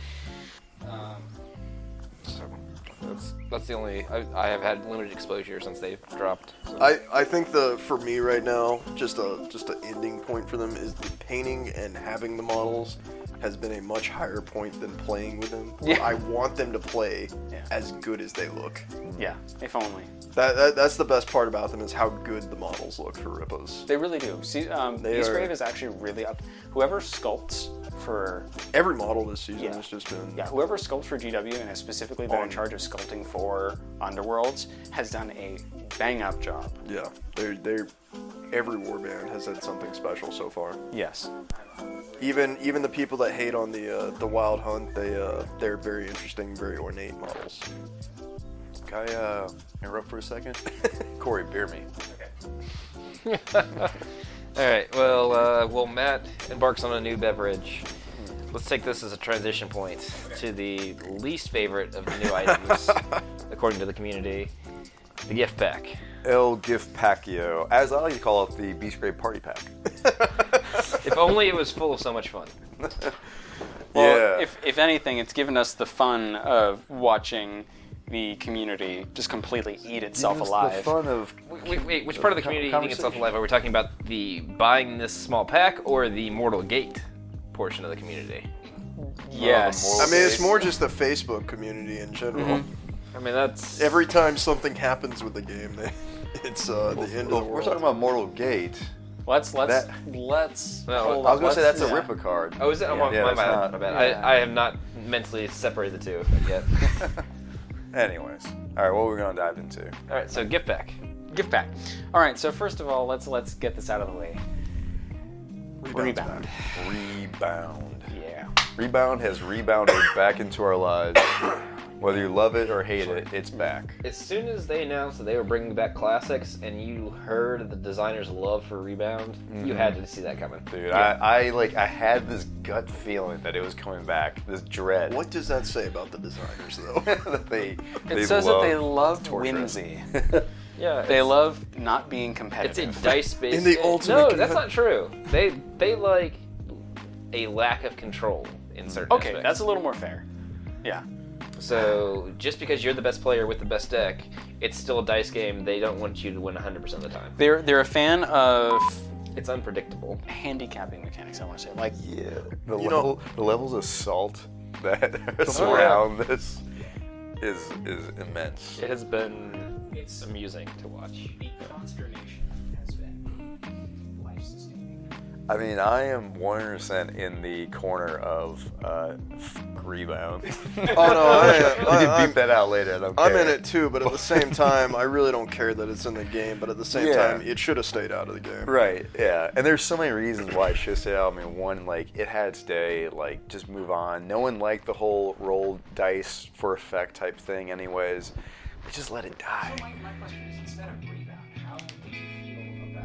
Speaker 4: That's that's the only I, I have had limited exposure since they've dropped. so.
Speaker 3: I, I think the for me right now, just a just an ending point for them is the painting and having the models has been a much higher point than playing with them.
Speaker 1: Yeah.
Speaker 3: I want them to play
Speaker 1: Yeah.
Speaker 3: as good as they look.
Speaker 1: Yeah, if only.
Speaker 3: That, that that's the best part about them is how good the models look for Rippos.
Speaker 1: They really do. See, um,
Speaker 3: They
Speaker 1: East
Speaker 3: are-
Speaker 1: Grave is actually really up. Whoever sculpts for
Speaker 3: Every model this season
Speaker 1: Yeah.
Speaker 3: has just been
Speaker 1: yeah, whoever sculpts for GW and has specifically been in
Speaker 3: On-
Speaker 1: charge of sculpting for Underworlds has done a bang up job.
Speaker 3: yeah. They're they're every warband has had something special so far.
Speaker 1: Yes.
Speaker 3: Even even the people that hate on the uh, the Wild Hunt, they uh, they're very interesting, very ornate models.
Speaker 2: Can I uh, interrupt for a second? Corey, beer me.
Speaker 4: All right. Well, uh, well, Matt embarks on a new beverage. Let's take this as a transition point to the least favorite of the new items, according to the community, the gift pack.
Speaker 2: El Gift Pacchio, as I like to call it, the Beast Grade Party Pack.
Speaker 4: If only it was full of so much fun.
Speaker 1: Well,
Speaker 2: yeah.
Speaker 1: if, if anything, it's given us the fun of watching the community just completely eat itself
Speaker 2: It's The
Speaker 1: alive.
Speaker 2: fun of
Speaker 4: Wait, wait, wait, which part of the community eating itself
Speaker 2: Conversation.
Speaker 4: alive? Are we talking about the buying this small pack or the Mortal Gate portion of the community?
Speaker 1: Yes.
Speaker 2: moral
Speaker 3: I mean, it's more just the Facebook community in general.
Speaker 2: Mm-hmm.
Speaker 4: I mean, that's
Speaker 3: Every time something happens with the game, they, it's uh, the end
Speaker 2: Well,
Speaker 3: of the
Speaker 2: if
Speaker 3: world.
Speaker 2: we're talking about Mortal Gate.
Speaker 1: Let's let's
Speaker 2: That-
Speaker 1: let's.
Speaker 4: No,
Speaker 1: hold
Speaker 2: I was gonna
Speaker 1: on,
Speaker 2: say
Speaker 1: let's-
Speaker 2: that's a
Speaker 1: yeah.
Speaker 2: Ripper card.
Speaker 4: Oh, is it? Oh, my,
Speaker 2: Yeah,
Speaker 4: my
Speaker 2: that's
Speaker 4: bad.
Speaker 2: not-
Speaker 4: my bad.
Speaker 1: yeah.
Speaker 4: I, I have not mentally separated the two yet.
Speaker 2: Anyways, all right, what are we gonna dive into?
Speaker 4: All right, so gift pack.
Speaker 1: gift pack. All right. So first of all, let's let's get this out of the way. Rebound.
Speaker 2: Rebound.
Speaker 1: Yeah.
Speaker 2: Rebound has rebounded back into our lives. Whether you love it or hate it, it's back.
Speaker 4: As soon as they announced that they were bringing back classics, and you heard the designer's love for Rebound, you had to see that coming.
Speaker 2: Dude, I, I like I had this gut feeling that it was coming back. This dread.
Speaker 3: what does that say about the designers, though?
Speaker 2: that they,
Speaker 1: It
Speaker 2: they
Speaker 1: says
Speaker 2: love
Speaker 1: that they love
Speaker 2: torture.
Speaker 1: whimsy.
Speaker 4: Yeah,
Speaker 1: They love not being
Speaker 4: It's a
Speaker 1: competitive.
Speaker 4: dice based.
Speaker 3: In the ultimate
Speaker 4: No,
Speaker 3: game.
Speaker 4: that's not true. They they like a lack of control in certain.
Speaker 1: okay,
Speaker 4: aspects.
Speaker 1: that's a little more fair. Yeah.
Speaker 4: So just because you're the best player with the best deck, it's still a dice game. They don't want you to win 100% of the time.
Speaker 1: They're they're a fan of
Speaker 4: It's unpredictable.
Speaker 1: handicapping mechanics. I want to say like
Speaker 2: Yeah, the
Speaker 3: You know-
Speaker 2: level, the levels of salt that surround this is is immense.
Speaker 4: It has been it's amusing to watch.
Speaker 5: The consternation has been life sustaining.
Speaker 2: I mean, I am one hundred percent in the corner of uh, f- rebound.
Speaker 3: oh no, I, I,
Speaker 2: we can
Speaker 3: I'm,
Speaker 2: beep that out later. I don't
Speaker 3: I'm
Speaker 2: care.
Speaker 3: in it too, but at the same time, I really don't care that it's in the game. But at the same
Speaker 2: Yeah.
Speaker 3: time, it should have stayed out of the game.
Speaker 2: Right. Yeah. And there's so many reasons why it should stay out. I mean, one, like it had its day. Like just move on. No one liked the whole roll dice for effect type thing, anyways. We just let it die.
Speaker 5: My, my question is instead of rebound, how did you feel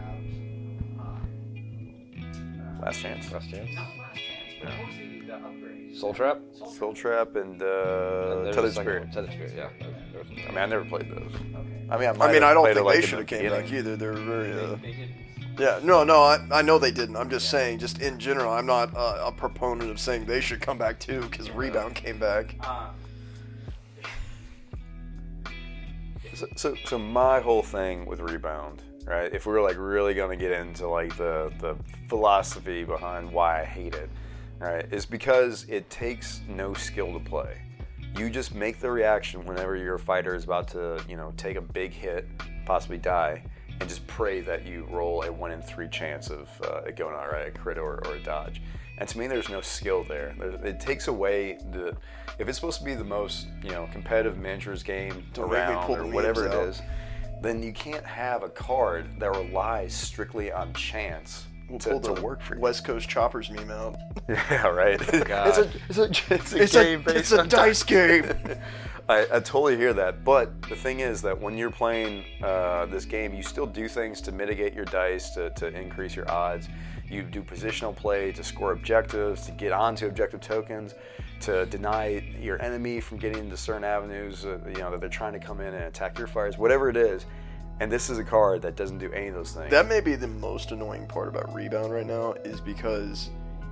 Speaker 5: about uh,
Speaker 2: Last chance.
Speaker 4: Last chance.
Speaker 5: uh, not last chance, but what was the, the upgrade?
Speaker 4: Soul Trap.
Speaker 2: Soul Trap and uh,
Speaker 4: There's a
Speaker 2: Tethered
Speaker 4: second
Speaker 2: Uh, Spirit.
Speaker 4: one. Tethered Spirit. Yeah. There was
Speaker 2: I
Speaker 4: one.
Speaker 2: mean, I never played those.
Speaker 5: Okay.
Speaker 2: I mean, I,
Speaker 3: I
Speaker 2: might have
Speaker 3: mean, I don't
Speaker 2: played
Speaker 3: think
Speaker 2: it, like,
Speaker 3: they
Speaker 2: in
Speaker 3: should
Speaker 2: the
Speaker 3: have came
Speaker 2: beginning.
Speaker 3: back either. They're very, uh,
Speaker 5: They didn't.
Speaker 3: yeah, no, no, I, I know they didn't. I'm just saying, just in general, I'm not uh, a proponent of saying they should come back too because rebound came back.
Speaker 5: Uh,
Speaker 2: So, so, so my whole thing with rebound, right? If we were like really gonna get into like the the philosophy behind why I hate it, right, is because it takes no skill to play. You just make the reaction whenever your fighter is about to, you know, take a big hit, possibly die, and just pray that you roll a one in three chance of uh, it going all right, a crit or, or a dodge. And to me, there's no skill there. There- It takes away the. If it's supposed to be the most, you know, competitive miniatures game
Speaker 3: Don't make me
Speaker 2: around
Speaker 3: pull
Speaker 2: or
Speaker 3: the
Speaker 2: whatever it
Speaker 3: memes out.
Speaker 2: is, then you can't have a card that relies strictly on chance
Speaker 3: We'll
Speaker 2: to,
Speaker 3: pull
Speaker 2: to
Speaker 3: the
Speaker 2: work for you.
Speaker 3: West Coast Choppers meme out.
Speaker 2: Yeah, right. it's a it's a it's a
Speaker 3: Oh, It's
Speaker 2: game
Speaker 3: a
Speaker 2: based
Speaker 3: it's a
Speaker 2: on
Speaker 3: dice game.
Speaker 2: I, I totally hear that. But the thing is that when you're playing uh, this game, you still do things to mitigate your dice, to, to increase your odds. You do positional play to score objectives, to get onto objective tokens, to deny your enemy from getting into certain avenues, uh, you know, that they're trying to come in and attack your fires, whatever it is. And this is a card that doesn't do any of those things.
Speaker 3: That may be the most annoying part about rebound right now is because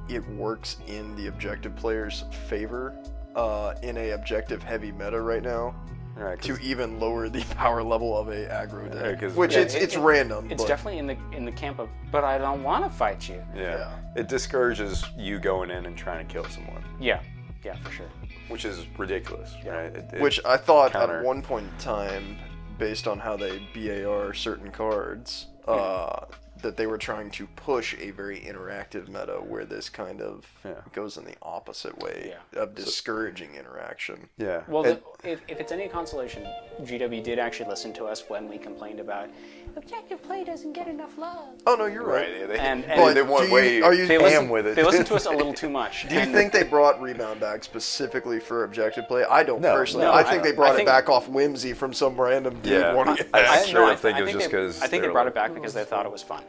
Speaker 3: it works in the objective player's favor uh, in a objective heavy meta right now.
Speaker 2: All right, 'cause-
Speaker 3: to even lower the power level of a aggro
Speaker 2: Yeah,
Speaker 3: deck,
Speaker 2: 'cause-
Speaker 3: which
Speaker 2: Yeah,
Speaker 3: it's
Speaker 1: it-
Speaker 3: it's
Speaker 1: it-
Speaker 3: random.
Speaker 1: It's
Speaker 3: but-
Speaker 1: definitely in the in the camp of, but I don't want to fight you.
Speaker 2: yeah. It discourages you going in and trying to kill someone,
Speaker 1: Yeah, yeah, for sure.
Speaker 2: which is ridiculous, right? It- it-
Speaker 3: Which I thought
Speaker 2: counter.
Speaker 3: at one point in time, based on how they BAR certain cards, uh, that they were trying to push a very interactive meta where this kind of
Speaker 2: Yeah.
Speaker 3: goes in the opposite way
Speaker 1: Yeah.
Speaker 3: of discouraging interaction.
Speaker 2: yeah.
Speaker 1: Well,
Speaker 2: And-
Speaker 1: the, if, if it's any consolation, GW did actually listen to us when we complained about objective play doesn't get enough love.
Speaker 3: Oh no, you're right.
Speaker 2: right. yeah, They,
Speaker 1: And-
Speaker 2: they-
Speaker 1: and-
Speaker 2: they
Speaker 3: But
Speaker 2: went
Speaker 3: do you-
Speaker 2: way
Speaker 3: are you-
Speaker 1: They
Speaker 2: ham
Speaker 1: listened,
Speaker 2: with it.
Speaker 1: they listened to us a little too much.
Speaker 3: Do you
Speaker 1: and-
Speaker 3: think they brought rebound back specifically for objective play? I don't personally.
Speaker 2: no,
Speaker 3: I
Speaker 2: I
Speaker 3: think
Speaker 2: don't.
Speaker 3: they brought
Speaker 1: I
Speaker 3: it
Speaker 1: think-
Speaker 3: back off whimsy from some random dude
Speaker 2: Yeah.
Speaker 3: wanting it
Speaker 2: I-
Speaker 3: back.
Speaker 2: I-
Speaker 1: I,
Speaker 2: Sure,
Speaker 1: no, I,
Speaker 2: think it was
Speaker 1: I
Speaker 2: just 'cause
Speaker 1: I think
Speaker 2: they
Speaker 1: they
Speaker 2: were
Speaker 1: brought
Speaker 2: like-
Speaker 1: it back because they thought it was fun.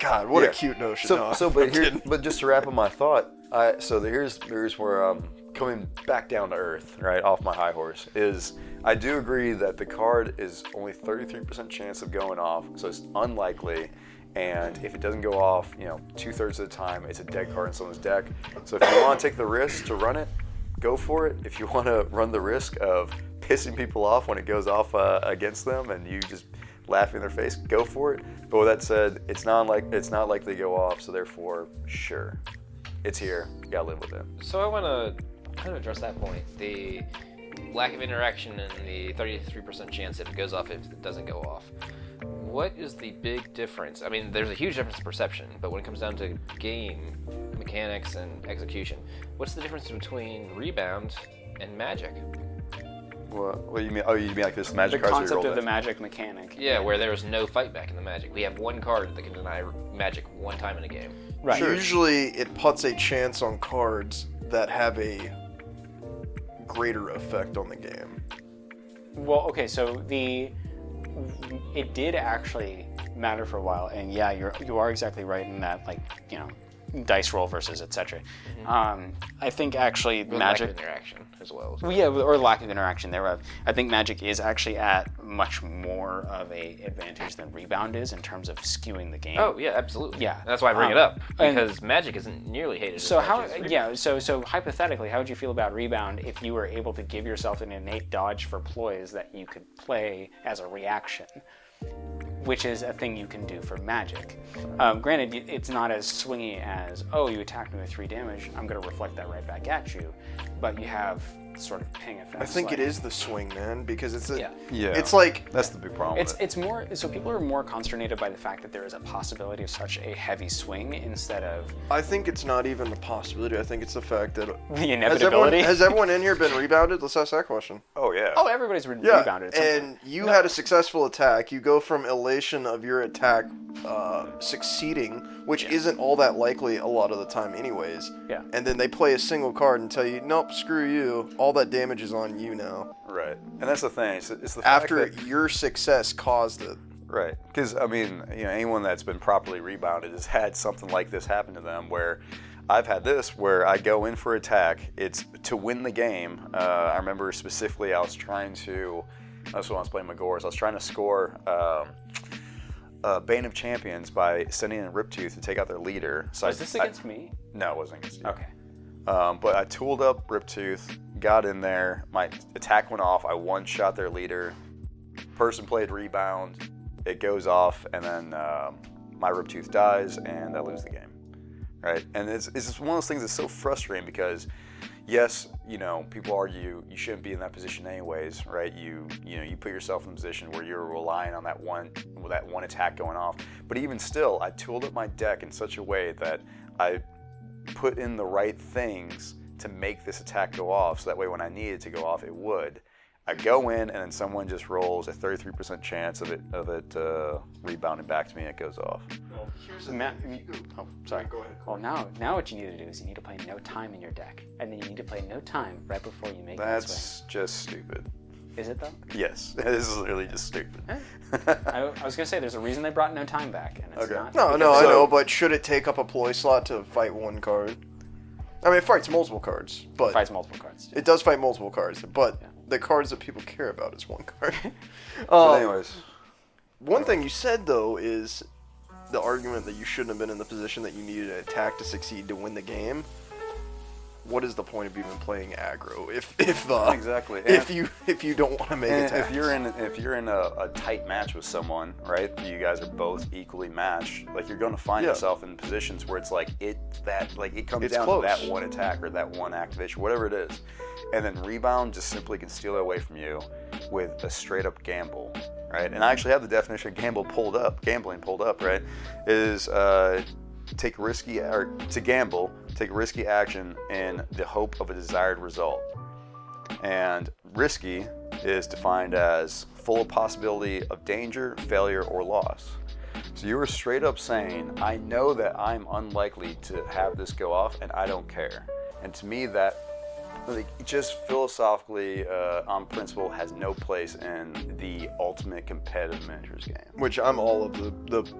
Speaker 3: God, what
Speaker 2: Yeah.
Speaker 3: a cute notion.
Speaker 2: So,
Speaker 3: No,
Speaker 2: so
Speaker 3: I'm
Speaker 2: but here,
Speaker 3: kidding.
Speaker 2: but just to wrap up my thought, I so the, here's here's where I'm coming back down to earth, right off my high horse. Is I do agree that the card is only 33% chance of going off, so it's unlikely. And if it doesn't go off, you know, two thirds of the time, it's a dead card in someone's deck. So if you want to take the risk to run it, go for it. If you want to run the risk of pissing people off when it goes off uh, against them, and you just laugh in their face, go for it. But with that said, it's not like it's not likely to go off, so therefore, sure, it's here. You gotta live with it.
Speaker 4: So I want to kind of address that point: the lack of interaction and the 33% chance if it goes off, if it doesn't go off. What is the big difference? I mean, there's a huge difference in perception, but when it comes down to game mechanics and execution, what's the difference between rebound and magic?
Speaker 2: What, what do you mean? Oh, you mean like this
Speaker 1: The
Speaker 2: magic cards that you
Speaker 1: concept
Speaker 2: rolled
Speaker 1: of the
Speaker 2: in?
Speaker 1: magic mechanic.
Speaker 4: Yeah, where there is no fight back in the magic. We have one card that can deny magic one time in a game.
Speaker 1: Right.
Speaker 3: Usually, it puts a chance on cards that have a greater effect on the game.
Speaker 1: Well, okay, so the it did actually matter for a while, and yeah, you're you are exactly right in that, like you know, dice roll versus etc. Um, I think actually
Speaker 4: With Mm-hmm. lack of
Speaker 1: magic.
Speaker 4: interaction as well.
Speaker 1: Well, yeah, or lack of interaction thereof. I think magic is actually at much more of a advantage than rebound is in terms of skewing the game.
Speaker 4: Oh yeah, absolutely.
Speaker 1: Yeah.
Speaker 4: that's why I bring
Speaker 1: Um,
Speaker 4: it up
Speaker 1: and-
Speaker 4: because magic isn't nearly hated.
Speaker 1: So
Speaker 4: as much
Speaker 1: how?
Speaker 4: as rebound.
Speaker 1: Yeah. So so hypothetically, how would you feel about rebound if you were able to give yourself an innate dodge for ploys that you could play as a reaction, which is a thing you can do for magic. Um, granted, y- it's not as swingy as oh, you attacked me with three damage, I'm going to reflect that right back at you, but you have sort of ping effects.
Speaker 3: I think
Speaker 1: like-
Speaker 3: it is the swing, man, because it's a,
Speaker 1: Yeah.
Speaker 2: Yeah.
Speaker 3: it's like
Speaker 2: That's the big problem.
Speaker 1: It's
Speaker 2: with it.
Speaker 1: it's more so people are more consternated by the fact that there is a possibility of such a heavy swing instead of
Speaker 3: I think it's not even a possibility. I think it's the fact that
Speaker 1: the
Speaker 3: has everyone,
Speaker 1: inevitability.
Speaker 3: has everyone in here been rebounded? Let's ask that question.
Speaker 2: oh yeah.
Speaker 1: oh, everybody's re-
Speaker 3: Yeah,
Speaker 1: rebounded. at some point.
Speaker 3: and you had a successful attack. You go from elation of your attack uh, succeeding, which isn't all that likely a lot of the time, anyways.
Speaker 1: Yeah.
Speaker 3: And then they play a single card and tell you, "Nope, screw you. All that damage is on you now."
Speaker 2: Right. And that's the thing. It's, it's the fact
Speaker 3: After
Speaker 2: that-
Speaker 3: your success caused it.
Speaker 2: Right. Because, I mean, you know, anyone that's been properly rebounded has had something like this happen to them where I've had this where I go in for attack. It's to win the game. Uh, I remember specifically I was trying to, that's when I was playing Magors, I was trying to score um, uh, Bane of Champions by sending in Riptooth to take out their leader. So
Speaker 1: Was
Speaker 2: I,
Speaker 1: this
Speaker 2: I-
Speaker 1: against me?
Speaker 2: no, it wasn't against you.
Speaker 1: Okay.
Speaker 2: Um, but I tooled up Riptooth, got in there. My attack went off. I one shot their leader. Person played rebound. It goes off, and then um, my Riptooth dies, and I lose the game. Right? And it's, it's just one of those things that's so frustrating because, yes, you know, people argue you shouldn't be in that position anyways, right? You you know you put yourself in a position where you're relying on that one that one attack going off. But even still, I tooled up my deck in such a way that I put in the right things to make this attack go off so that way when I needed to go off it would. I go in and then someone just rolls a 33% chance of it of it uh, rebounding back to me and it goes off.
Speaker 1: Ma- oh, sorry. Well, now, now what you need to do is you need to play no time in your deck, and then you need to play no time right before you make it.
Speaker 2: That's just stupid.
Speaker 1: swing. Is it though?
Speaker 2: Yes, this is really just stupid.
Speaker 1: I, I was gonna say there's a reason they brought no time back, and it's
Speaker 2: Okay.
Speaker 1: not.
Speaker 3: No, no, I
Speaker 2: So-
Speaker 3: know, but should it take up a ploy slot to fight one card? I mean, it fights multiple cards, but
Speaker 1: It fights multiple cards.
Speaker 3: it does fight multiple cards. But the cards that people care about is one card.
Speaker 2: But
Speaker 3: Um,
Speaker 2: anyways,
Speaker 3: One thing you said though is the argument that you shouldn't have been in the position that you needed an attack to succeed to win the game. what is the point of even playing aggro if if uh,
Speaker 2: Exactly,
Speaker 3: if
Speaker 2: and-
Speaker 3: you if you don't want to make
Speaker 2: And
Speaker 3: attacks?
Speaker 2: Eh, if you're in if you're in a, a tight match with someone, right? You guys are both equally matched. Like you're going to find
Speaker 3: Yeah.
Speaker 2: yourself in positions where it's like it that like it comes
Speaker 3: It's
Speaker 2: down
Speaker 3: close.
Speaker 2: to that one attack or that one activation, whatever it is, and then rebound just simply can steal it away from you with a straight up gamble, right? And I actually have the definition of gamble pulled up, gambling pulled up, right? Is uh, take risky or to gamble, take risky action in the hope of a desired result. And risky is defined as full of possibility of danger, failure, or loss. So you were straight up saying, I know that I'm unlikely to have this go off and I don't care. And to me, that like, just philosophically, uh, on principle, has no place in the ultimate competitive manager's game.
Speaker 3: which I'm all of the the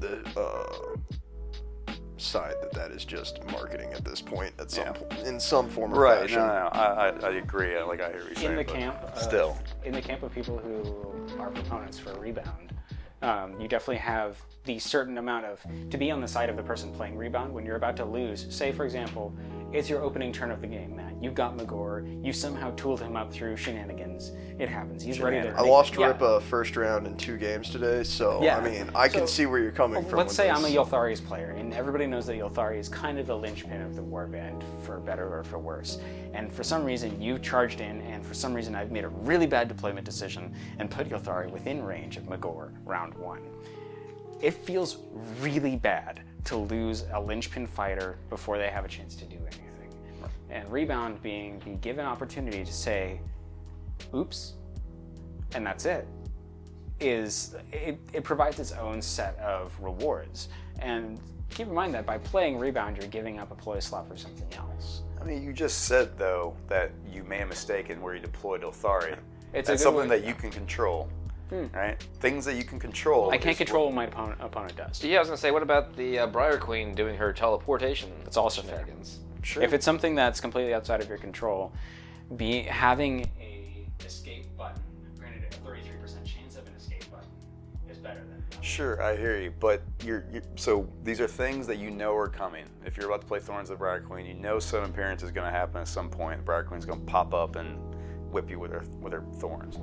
Speaker 3: the uh, side that that is just marketing at this point at some
Speaker 2: Yeah.
Speaker 3: po- in some form or
Speaker 2: Right,
Speaker 3: fashion.
Speaker 2: no, no, no. I, I, I agree. I- Like, I hear you saying
Speaker 1: in the
Speaker 2: but
Speaker 1: camp uh, of,
Speaker 2: Still.
Speaker 1: in the camp of people who are proponents for rebound um, you definitely have the certain amount of to be on the side of the person playing rebound when you're about to lose say for example it's your opening turn of the game matt you've got magor you somehow tooled him up through shenanigans it happens he's ready to
Speaker 3: I
Speaker 1: make-
Speaker 3: lost
Speaker 1: yeah.
Speaker 3: Ripa first round in two games today, so
Speaker 1: Yeah.
Speaker 3: I mean I can
Speaker 1: So-
Speaker 3: see where you're coming from.
Speaker 1: Let's
Speaker 3: with
Speaker 1: say I'm a
Speaker 3: this.
Speaker 1: Yothari's player, and everybody knows that Yothari is kind of the linchpin of the warband, for better or for worse. And for some reason, you charged in, and for some reason, I've made a really bad deployment decision and put Yothari within range of Magor round one. It feels really bad to lose a linchpin fighter before they have a chance to do anything. And rebound being the given opportunity to say, oops, and that's it is it, it provides its own set of rewards. And keep in mind that by playing rebound, you're giving up a ploy slot for something else.
Speaker 2: I mean, you just said though that you made a mistake in where you deployed Othari.
Speaker 1: It's a
Speaker 2: That's
Speaker 1: good
Speaker 2: something
Speaker 1: way-
Speaker 2: that you can control, right? Things that you can control.
Speaker 1: I can't
Speaker 2: is what-
Speaker 1: control what my opponent, opponent does.
Speaker 4: Yeah, I was gonna say, what about the uh, Briar Queen doing her teleportation? That's
Speaker 1: also fair.
Speaker 2: Sure.
Speaker 1: If it's something that's completely outside of your control, be having a escape button, granted a 33% chance of an escape button, is better than
Speaker 2: sure, I hear you, but you're, you so these are things that you know are coming. If you're about to play Thorns of the Briar Queen, you know sudden appearance is going to happen at some point. The Briar Queen's going to pop up and whip you with her with her thorns,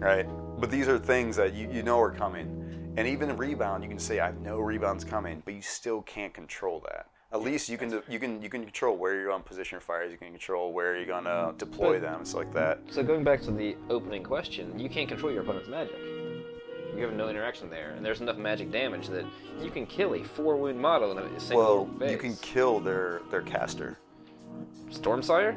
Speaker 2: right? But these are things that you, you know are coming, and even in rebound, you can say I know rebound's coming, but you still can't control that. At least you can de- you can you can control where you're going to position your fires. You can control where you're going to deploy them. It's like that.
Speaker 4: So going back to the opening question, you can't control your opponent's magic. You have no interaction there, and there's enough magic damage that you can kill a four wound model in a single
Speaker 2: Well,
Speaker 4: phase.
Speaker 2: you can kill their their caster.
Speaker 4: Stormsire.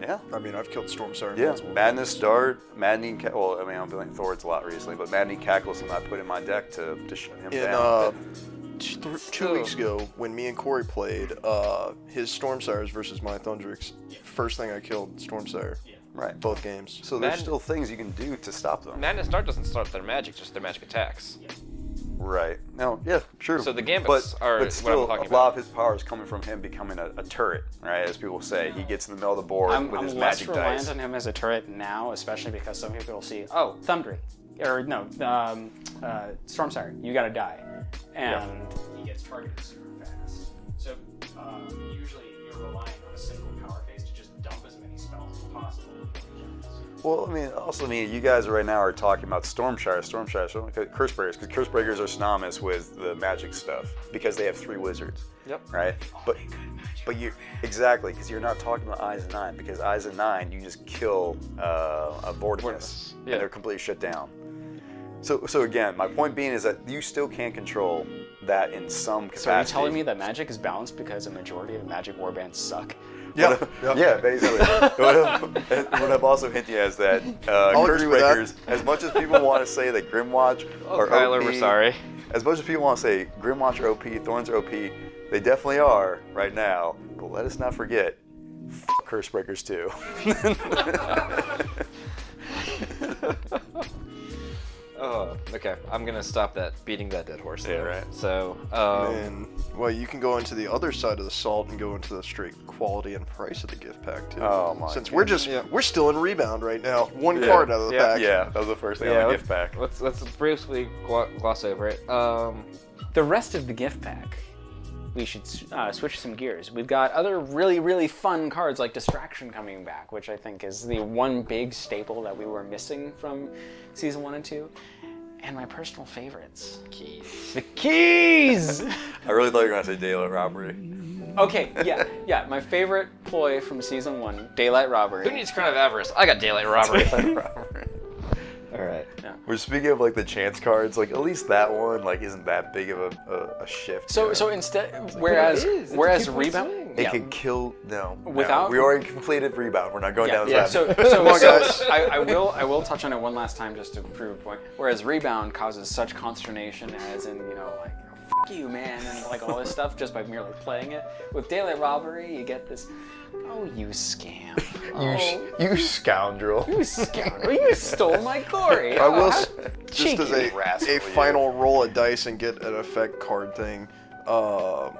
Speaker 2: Yeah.
Speaker 3: I mean I've killed Storm Siren
Speaker 2: Yeah,
Speaker 3: multiple
Speaker 2: Madness Dart, Maddening. Ca- well, I mean, I'm playing Thor's a lot recently, but Maddening Cackles, and I put in my deck to, to shut him
Speaker 3: in
Speaker 2: down.
Speaker 3: uh, t- th- two
Speaker 4: Still.
Speaker 3: weeks ago when me and Corey played uh, his Stormsires versus my Thundrix. First thing I killed Stormsire.
Speaker 2: right.
Speaker 3: Both games.
Speaker 2: So there's
Speaker 4: Madden-
Speaker 2: still things you can do to stop them.
Speaker 4: Madness Dart doesn't start their magic, just their magic attacks.
Speaker 2: Right. No. Yeah. Sure.
Speaker 4: So the gambits
Speaker 2: but,
Speaker 4: are
Speaker 2: But
Speaker 4: what I'm
Speaker 2: still,
Speaker 4: talking
Speaker 2: a lot
Speaker 4: about.
Speaker 2: of his power is coming from him becoming a, a turret, right? As people say, he gets in the middle of the board
Speaker 1: I'm,
Speaker 2: with
Speaker 1: I'm
Speaker 2: his
Speaker 1: less
Speaker 2: magic
Speaker 1: reliant
Speaker 2: dice.
Speaker 1: on him as a turret now, especially because some people will see, oh, Thundry, or no, um, uh, Stormsire, you gotta die, and he gets targeted super fast. So um, usually you're relying on a single power phase to just dump as many spells as possible.
Speaker 2: Well, I mean, also, I mean, you guys right now are talking about Stormshire, Stormshire, Stormshire Curse Breakers, because Curse Breakers are synonymous with the magic stuff because they have three wizards.
Speaker 4: Yep.
Speaker 2: Right. But, but you exactly because you're not talking about Eyes of Nine because Eyes of Nine you just kill uh, a Vortimus
Speaker 4: Yeah.
Speaker 2: and they're completely shut down. So, so again, my point being is that you still can't control that in some capacity.
Speaker 1: So are you telling me that magic is balanced because a majority of magic warbands suck?
Speaker 3: Yeah.
Speaker 2: Yeah, basically. what, I'm, what I'm also hinting at is that uh,
Speaker 3: I'll
Speaker 2: Curse
Speaker 3: agree with that.
Speaker 2: Breakers, as much as people want to say that Grimwatch
Speaker 4: Oh,
Speaker 2: or
Speaker 4: Kyler,
Speaker 2: OP,
Speaker 4: we're sorry.
Speaker 2: As much as people want to say Grimwatch are OP, Thorns are OP, they definitely are right now. But let us not forget, f- Curse Breakers too.
Speaker 4: Oh, okay. I'm gonna stop that beating that dead horse.
Speaker 2: Yeah,
Speaker 4: though.
Speaker 2: right.
Speaker 4: So, um,
Speaker 3: And well, you can go into the other side of the salt and go into the straight quality and price of the gift pack too.
Speaker 2: Oh, my
Speaker 3: Since we're just we're still in rebound right now, one card out of the
Speaker 4: Yeah.
Speaker 3: pack.
Speaker 2: yeah, that was the first thing
Speaker 4: yeah,
Speaker 2: on the
Speaker 4: let's-
Speaker 2: gift pack.
Speaker 4: Let's let's briefly glo- gloss over it. Um,
Speaker 1: The rest of the gift pack we should uh, switch some gears. We've got other really, really fun cards like Distraction coming back, which I think is the one big staple that we were missing from season one and two. And my personal favorites
Speaker 4: Keys.
Speaker 1: the keys!
Speaker 2: I really thought you were gonna say daylight robbery.
Speaker 1: okay, yeah, yeah, my favorite ploy from season one Daylight Robbery.
Speaker 4: Who needs Crown of Avarice? I got Daylight Robbery.
Speaker 2: robbery.
Speaker 4: All right.
Speaker 2: We're speaking of like the chance cards. Like at least that one like isn't that big of a, a, a shift.
Speaker 1: So,
Speaker 2: you know?
Speaker 1: so instead, whereas
Speaker 4: it is. It's a
Speaker 1: whereas
Speaker 4: two-point
Speaker 1: rebound,
Speaker 4: swing.
Speaker 2: it
Speaker 1: yeah.
Speaker 2: could kill. No, no.
Speaker 1: Without-
Speaker 2: we already completed rebound. We're not going down this
Speaker 1: yeah.
Speaker 2: yeah,
Speaker 1: So, so,
Speaker 3: Come on,
Speaker 1: so
Speaker 3: guys.
Speaker 1: I, I will I will touch on it one last time just to prove a point. Whereas rebound causes such consternation, as in you know like fuck you man and like all this stuff just by merely playing it. With daylight robbery, you get this oh you scam, oh
Speaker 2: you, you scoundrel.
Speaker 1: you scoundrel, you stole my glory.
Speaker 3: I will,
Speaker 1: Oh,
Speaker 3: s- just as
Speaker 1: cheeky
Speaker 3: a,
Speaker 2: rascal,
Speaker 3: a
Speaker 2: you.
Speaker 3: final roll of dice and get an effect card thing, uh,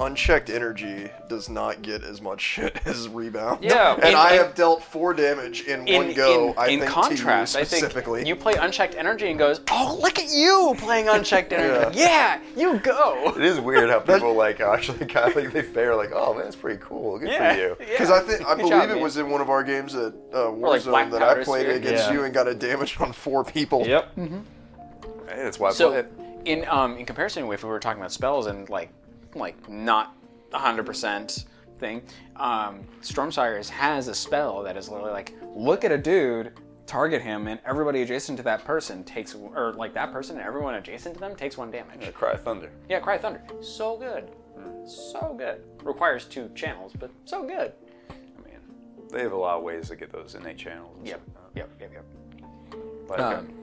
Speaker 3: unchecked energy does not get as much shit as rebound.
Speaker 4: Yeah,
Speaker 3: and
Speaker 4: in-
Speaker 3: I
Speaker 1: in-
Speaker 3: have dealt four damage in, one go. I think
Speaker 1: contrast,
Speaker 3: to
Speaker 1: I
Speaker 3: you
Speaker 1: think
Speaker 3: specifically.
Speaker 1: you play unchecked energy and goes, oh look at you playing unchecked energy, yeah, you go.
Speaker 2: It is weird how people like actually kind of like they fair like oh man that's pretty cool good
Speaker 1: Yeah,
Speaker 2: for you.
Speaker 3: because
Speaker 1: yeah.
Speaker 3: I think I
Speaker 1: Good
Speaker 3: believe
Speaker 1: job,
Speaker 3: it
Speaker 1: man.
Speaker 3: was in one of our games at uh,
Speaker 1: like
Speaker 3: Warzone
Speaker 1: Black
Speaker 3: that I
Speaker 1: Powder
Speaker 3: played
Speaker 1: Sphere.
Speaker 3: against
Speaker 4: Yeah.
Speaker 3: you and got a damage on four people.
Speaker 4: Yep.
Speaker 2: Hey, that's why I play
Speaker 1: So,
Speaker 2: it.
Speaker 1: in um, in comparison, if we were talking about spells and like like not hundred percent thing, um, Stormsires has a spell that is literally like look at a dude, target him, and everybody adjacent to that person takes or like that person and everyone adjacent to them takes one damage.
Speaker 2: Yeah, Cry of Thunder.
Speaker 1: Yeah, Cry of Thunder, so good, so good. Requires two channels, but so good. I mean,
Speaker 2: They have a lot of ways to get those innate channels. and
Speaker 1: yep,
Speaker 2: stuff.
Speaker 1: yep, yep, yep.
Speaker 2: Like,
Speaker 1: Um,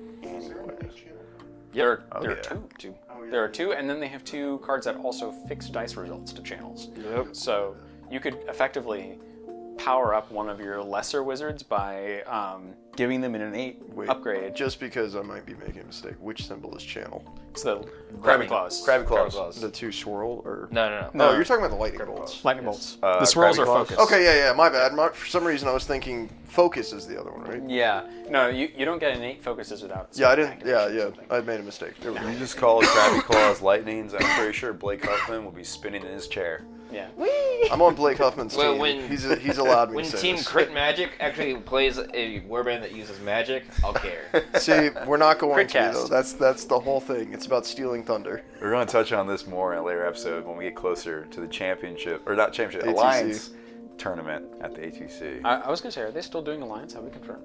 Speaker 1: There, are-
Speaker 3: Oh,
Speaker 1: there are
Speaker 2: yeah.
Speaker 1: two. two. There are two, and then they have two cards that also fix dice results to channels.
Speaker 4: Yep.
Speaker 1: So you could effectively power up one of your lesser wizards by um, giving them an innate
Speaker 3: Wait,
Speaker 1: upgrade.
Speaker 3: Just because I might be making a mistake, which symbol is channel?
Speaker 1: It's the Krabby Claws.
Speaker 2: Krabby Claws.
Speaker 3: The two swirl or
Speaker 4: No, no, no.
Speaker 3: Oh, you're talking about the lightning bolts.
Speaker 1: Lightning bolts.
Speaker 2: Uh,
Speaker 1: the swirls
Speaker 2: Krabby
Speaker 1: are
Speaker 2: Claws?
Speaker 1: focused.
Speaker 3: Okay, yeah, yeah. My bad. My, for some reason, I was thinking focus is the other one, right?
Speaker 1: Yeah. No, you, you don't get innate focuses without.
Speaker 3: Yeah, I didn't. Yeah,
Speaker 1: activation or
Speaker 3: yeah.
Speaker 1: something.
Speaker 3: I made a mistake. There we go.
Speaker 2: You just call it Krabby Claws Lightnings. I'm pretty sure Blake Huffman will be spinning in his chair.
Speaker 1: Yeah.
Speaker 3: I'm on Blake Huffman's
Speaker 4: Well,
Speaker 3: team.
Speaker 4: when-
Speaker 3: he's he's allowed me
Speaker 4: When
Speaker 3: to say
Speaker 4: Team
Speaker 3: this.
Speaker 4: Crit Magic actually plays a warband that uses magic, I'll care.
Speaker 3: See, we're not going to
Speaker 1: Critcast.
Speaker 3: though. That's that's the whole thing. It's about stealing thunder.
Speaker 2: We're going to touch on this more in a later episode when we get closer to the championship, or not championship,
Speaker 3: ATC.
Speaker 2: alliance tournament at the ATC.
Speaker 1: I, I was gonna say, are they still doing alliance? Have we confirmed?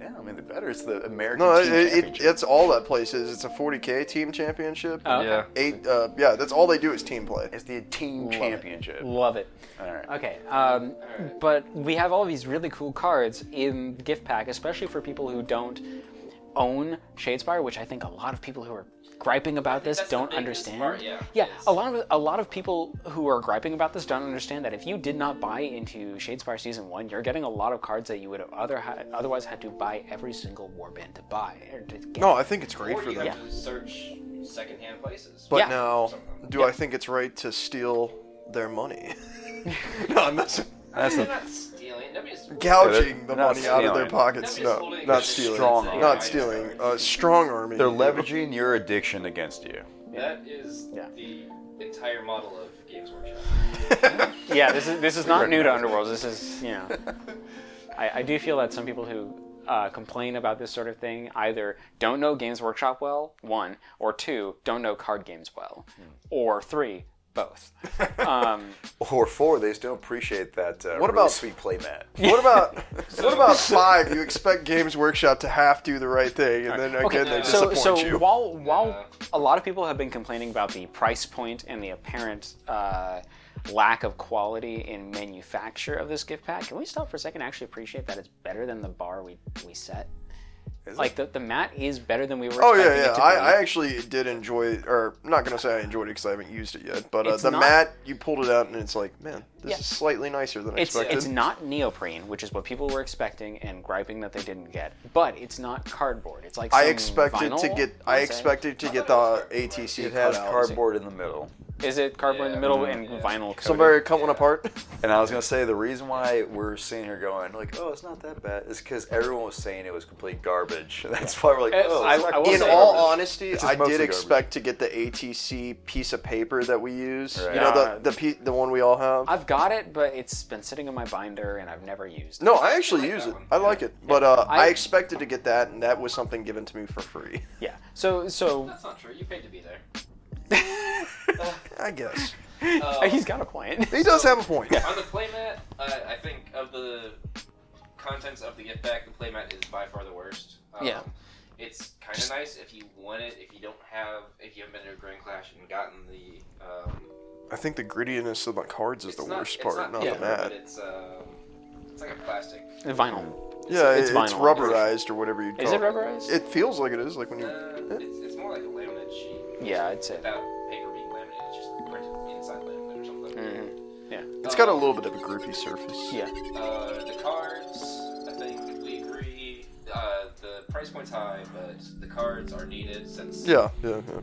Speaker 2: yeah, I mean, the better it's the American
Speaker 3: No, it,
Speaker 2: team
Speaker 3: it,
Speaker 2: championship.
Speaker 3: it's all that place is. It's a 40k team championship.
Speaker 1: Oh, okay.
Speaker 4: Yeah.
Speaker 3: Eight. Uh, yeah, that's all they do is team play.
Speaker 2: it's the team championship.
Speaker 1: Love it.
Speaker 2: All right.
Speaker 1: Okay, um, but we have all these really cool cards in the gift pack, especially for people who don't own Shadespire, which I think a lot of people who are griping about this
Speaker 4: that's the
Speaker 1: don't
Speaker 4: biggest
Speaker 1: understand.
Speaker 4: part, yeah, is-
Speaker 1: a lot of a lot of people who are griping about this don't understand that if you did not buy into Shadespire season one, you're getting a lot of cards that you would have other ha- otherwise had to buy every single warband to buy. Or to get.
Speaker 3: No, I think it's great
Speaker 4: Or
Speaker 3: for
Speaker 4: you
Speaker 3: them.
Speaker 4: have to search secondhand places.
Speaker 3: But
Speaker 1: Yeah.
Speaker 3: now, do I think it's right to steal their money? no, I'm not.
Speaker 2: That's
Speaker 4: They're
Speaker 2: the
Speaker 4: not stealing. Nobody's.
Speaker 3: gouging
Speaker 2: They're
Speaker 3: the
Speaker 2: not
Speaker 3: money out of their
Speaker 2: stealing.
Speaker 3: pockets.
Speaker 4: Nobody's
Speaker 3: No,
Speaker 4: holding
Speaker 3: not
Speaker 4: it.
Speaker 3: stealing.
Speaker 2: Strong
Speaker 4: It's a-
Speaker 2: arm.
Speaker 3: Not stealing. Uh, strong arming.
Speaker 2: They're leveraging your addiction against you.
Speaker 4: That is
Speaker 1: Yeah.
Speaker 4: the entire model of Games Workshop.
Speaker 1: yeah, this is this is not new to
Speaker 2: recognize
Speaker 1: Underworlds. This is you know, I, I do feel that some people who uh, complain about this sort of thing either don't know Games Workshop well, one, or two, don't know card games well, or three, both. Um,
Speaker 2: Or four, they still appreciate that. Uh,
Speaker 3: What
Speaker 2: really
Speaker 3: about-
Speaker 2: sweet play mat?
Speaker 3: What about what about five? You expect Games Workshop to have to do the right thing, and then again
Speaker 1: okay,
Speaker 3: they
Speaker 1: so
Speaker 3: disappoint
Speaker 1: so
Speaker 3: you.
Speaker 1: while while a lot of people have been complaining about the price point and the apparent. Uh, lack of quality in manufacture of this gift pack can we stop for a second and actually appreciate that it's better than the bar we we set like the, the mat is better than we were
Speaker 3: Oh
Speaker 1: expecting it
Speaker 3: yeah, yeah.
Speaker 1: to be.
Speaker 3: I, I actually did enjoy, or I'm not gonna say I enjoyed it because I haven't used it yet. But uh,
Speaker 1: It's
Speaker 3: the
Speaker 1: not-
Speaker 3: mat, you pulled it out, and it's like, man, This
Speaker 1: Yeah.
Speaker 3: is slightly nicer than I
Speaker 1: It's,
Speaker 3: expected.
Speaker 1: it's not neoprene, which is what people were expecting and griping that they didn't get, but it's not cardboard. It's like
Speaker 3: I
Speaker 1: some
Speaker 3: expected to
Speaker 1: vinyl,
Speaker 3: get. I
Speaker 1: is it?
Speaker 3: expected to get the ATC.
Speaker 2: It has
Speaker 3: cutout.
Speaker 2: cardboard in the middle.
Speaker 1: Is it cardboard in the
Speaker 4: Yeah,
Speaker 1: middle
Speaker 4: mm,
Speaker 1: and
Speaker 4: yeah.
Speaker 1: vinyl? Coated?
Speaker 3: Somebody cut one apart.
Speaker 2: And I was gonna say the reason why we're sitting here going like, oh, it's not that bad, is because everyone was saying it was complete garbage. That's why we're like,
Speaker 1: Eh,
Speaker 2: oh,
Speaker 1: I-
Speaker 2: it's not
Speaker 1: I will
Speaker 3: In
Speaker 1: say-
Speaker 3: all
Speaker 2: garbage."
Speaker 3: honesty,
Speaker 2: It's just
Speaker 3: I
Speaker 2: mostly
Speaker 3: did
Speaker 2: garbage.
Speaker 3: expect to get the ATC piece of paper that we use.
Speaker 2: Right.
Speaker 3: You know
Speaker 1: Yeah.
Speaker 3: the the pe- the one we all have.
Speaker 1: I've got it, but it's been sitting in my binder and I've never used. it.
Speaker 3: no, I actually use it. I like it, but uh,
Speaker 1: I-
Speaker 3: I, expected to get that, and that was something given to me for free.
Speaker 1: Yeah. So so
Speaker 4: That's not true. You paid to be there.
Speaker 3: I guess
Speaker 1: he's got a point.
Speaker 3: he does have a point.
Speaker 4: On the playmat, uh, I think of the contents of the gift bag, the playmat is by far the worst. Um,
Speaker 1: Yeah.
Speaker 4: It's kind of nice if you want it. If you don't have, if you haven't been to a Grand Clash and gotten the, um,
Speaker 3: I think the grittiness of the cards is
Speaker 4: it's
Speaker 3: the
Speaker 4: not,
Speaker 3: worst
Speaker 4: it's
Speaker 3: part,
Speaker 4: Not,
Speaker 3: not,
Speaker 4: paper,
Speaker 3: the mat.
Speaker 4: but it's um, it's like a plastic.
Speaker 1: Vinyl.
Speaker 3: yeah,
Speaker 1: it's
Speaker 3: it's,
Speaker 1: vinyl.
Speaker 3: rubberized or whatever you call
Speaker 1: Is it rubberized?
Speaker 3: It feels like it is, like when
Speaker 4: Uh,
Speaker 3: you.
Speaker 4: it's, it's more like a laminate sheet
Speaker 1: yeah, I'd say.
Speaker 4: without paper being laminated. It's just printed inside laminate or something.
Speaker 3: Mm-hmm.
Speaker 4: Um,
Speaker 3: It's got a little bit of a groovy surface.
Speaker 1: Yeah.
Speaker 4: Uh, the cards, I think we agree. Uh, the price point's high, but the cards are needed since
Speaker 3: Yeah, yeah, yeah.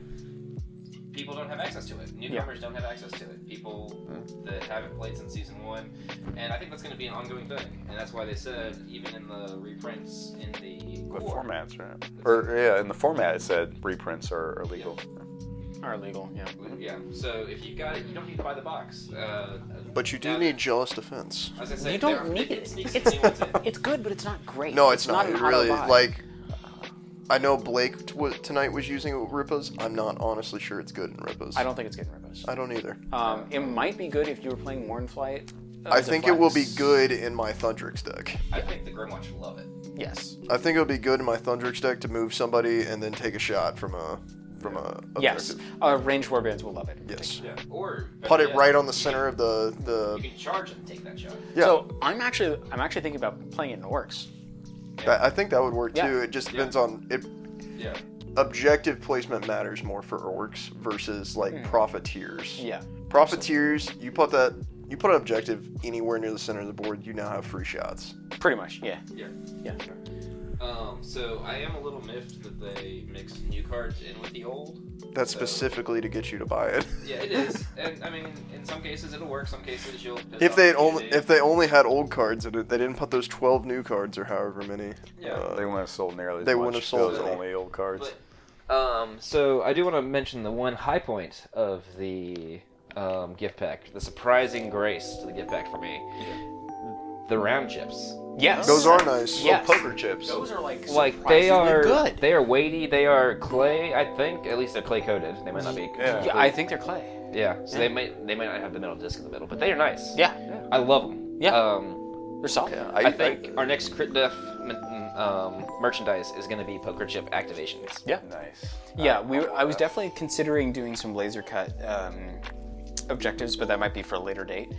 Speaker 4: people don't have access to it. Newcomers don't have access to it. People
Speaker 1: Mm.
Speaker 4: that haven't played since season one, and I think that's going to be an ongoing thing. And that's why they said even in the reprints in the
Speaker 2: What
Speaker 4: core,
Speaker 2: formats, right? Or yeah, in the format it said reprints are, are legal.
Speaker 1: Are legal. Yeah.
Speaker 4: Yeah. So if you got it, you don't need to buy the box. Uh,
Speaker 3: But you do
Speaker 4: now-
Speaker 3: need jealous defense.
Speaker 4: I was gonna say,
Speaker 1: You don't
Speaker 4: there-
Speaker 1: need
Speaker 4: they
Speaker 1: it.
Speaker 4: sneak some new ones in.
Speaker 1: It's good, but it's not great.
Speaker 3: No, it's, not.
Speaker 1: an
Speaker 3: It really
Speaker 1: auto buy.
Speaker 3: like. I know Blake t- wa tonight was using it with Ripas. I'm not honestly sure it's good in Ripas.
Speaker 1: I don't think it's getting rippers.
Speaker 3: I don't either.
Speaker 1: Um, it might be good if you were playing Mournflight. uh,
Speaker 3: Uh, I think it will be
Speaker 1: Deflex.
Speaker 3: good in my Thundrix deck.
Speaker 4: I think the Grimwatch will love it.
Speaker 1: Yes.
Speaker 3: I think it'll be good in my Thundrix deck to move somebody and then take a shot from a from a objective.
Speaker 1: Yes. Uh, range warbands will love it. in
Speaker 3: Yes.
Speaker 4: Yeah. Or
Speaker 3: Put it
Speaker 4: yeah,
Speaker 3: right on the
Speaker 4: you
Speaker 3: center of the
Speaker 4: can-
Speaker 3: the.
Speaker 4: You can charge and take that shot.
Speaker 3: Yeah.
Speaker 1: So I'm actually I'm actually thinking about playing it in orcs.
Speaker 3: that- I think that would work
Speaker 1: Yeah.
Speaker 3: too. It just depends on it.
Speaker 4: Yeah.
Speaker 3: Objective placement matters more for orcs versus like profiteers.
Speaker 1: Hmm. Yeah.
Speaker 3: Profiteers, you put that you put an objective anywhere near the center of the board, you now have free shots.
Speaker 1: Pretty much. Yeah.
Speaker 4: Yeah.
Speaker 1: Yeah.
Speaker 4: Um, so I am a little miffed that they mixed new cards in with the old.
Speaker 3: That's
Speaker 4: So-
Speaker 3: specifically to get you to buy it.
Speaker 4: Yeah, it is, and I mean, in some cases it'll work. Some cases you'll. piss
Speaker 3: If
Speaker 4: off
Speaker 3: they
Speaker 4: the
Speaker 3: only
Speaker 4: community.
Speaker 3: if they only had old cards in it, they didn't put those twelve new cards or however many.
Speaker 4: Yeah.
Speaker 3: Uh,
Speaker 2: They wouldn't have sold nearly. As
Speaker 3: They
Speaker 2: much.
Speaker 3: wouldn't have sold
Speaker 2: those
Speaker 4: any.
Speaker 2: only old cards.
Speaker 4: But, um, so I do want to mention the one high point of the um, gift pack, the surprising grace to the gift pack for me, the round chips.
Speaker 1: Yes.
Speaker 3: those are nice.
Speaker 1: Yeah.
Speaker 2: Little poker chips.
Speaker 1: Those are like
Speaker 4: Like they are
Speaker 1: good.
Speaker 4: They are weighty. They are clay. I think at least they're clay coated. They might not be.
Speaker 2: Yeah.
Speaker 1: yeah, I think they're clay.
Speaker 4: Yeah, So they might they might not have the metal disc in the middle, but they are nice.
Speaker 1: Yeah.
Speaker 4: I love them.
Speaker 1: Yeah.
Speaker 4: Um,
Speaker 1: They're solid.
Speaker 2: Yeah,
Speaker 4: I, think our next crit def um, merchandise is going to be poker chip activations.
Speaker 1: Yeah.
Speaker 2: nice.
Speaker 1: Yeah, we. were- I was definitely considering doing some laser cut um, objectives, but that might be for a later date.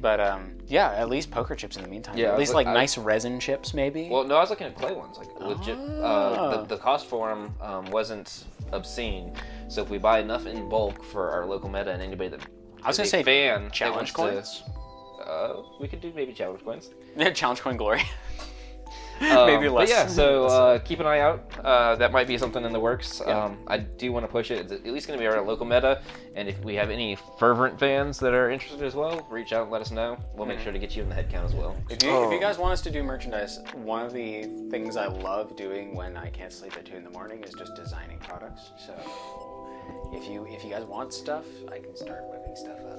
Speaker 1: But um, yeah, at least poker chips in the meantime.
Speaker 4: Mm-hmm. Yeah,
Speaker 1: at least
Speaker 4: but
Speaker 1: like
Speaker 4: I-
Speaker 1: nice resin chips, maybe.
Speaker 4: Well, no, I was looking at clay ones, like legit. Uh,
Speaker 1: Ah.
Speaker 4: the, the cost for them um, wasn't obscene, so if we buy enough in bulk for our local meta and anybody that
Speaker 1: I was
Speaker 4: is
Speaker 1: gonna say
Speaker 4: a fan that
Speaker 1: challenge
Speaker 4: wants
Speaker 1: coins.
Speaker 4: to- uh, we could do maybe challenge coins.
Speaker 1: Yeah, challenge coin glory.
Speaker 4: Um,
Speaker 1: Maybe less.
Speaker 4: But yeah, so uh, keep an eye out. Uh, that might be something in the works. Um, I do want to push it. It's at least going to be our local meta. And if we have any fervent fans that are interested as well, reach out and let us know. We'll make sure to get you in the head count as well.
Speaker 1: If you, if you guys want us to do merchandise, one of the things I love doing when I can't sleep at two in the morning is just designing products. So if you if you guys want stuff, I can start whipping stuff up.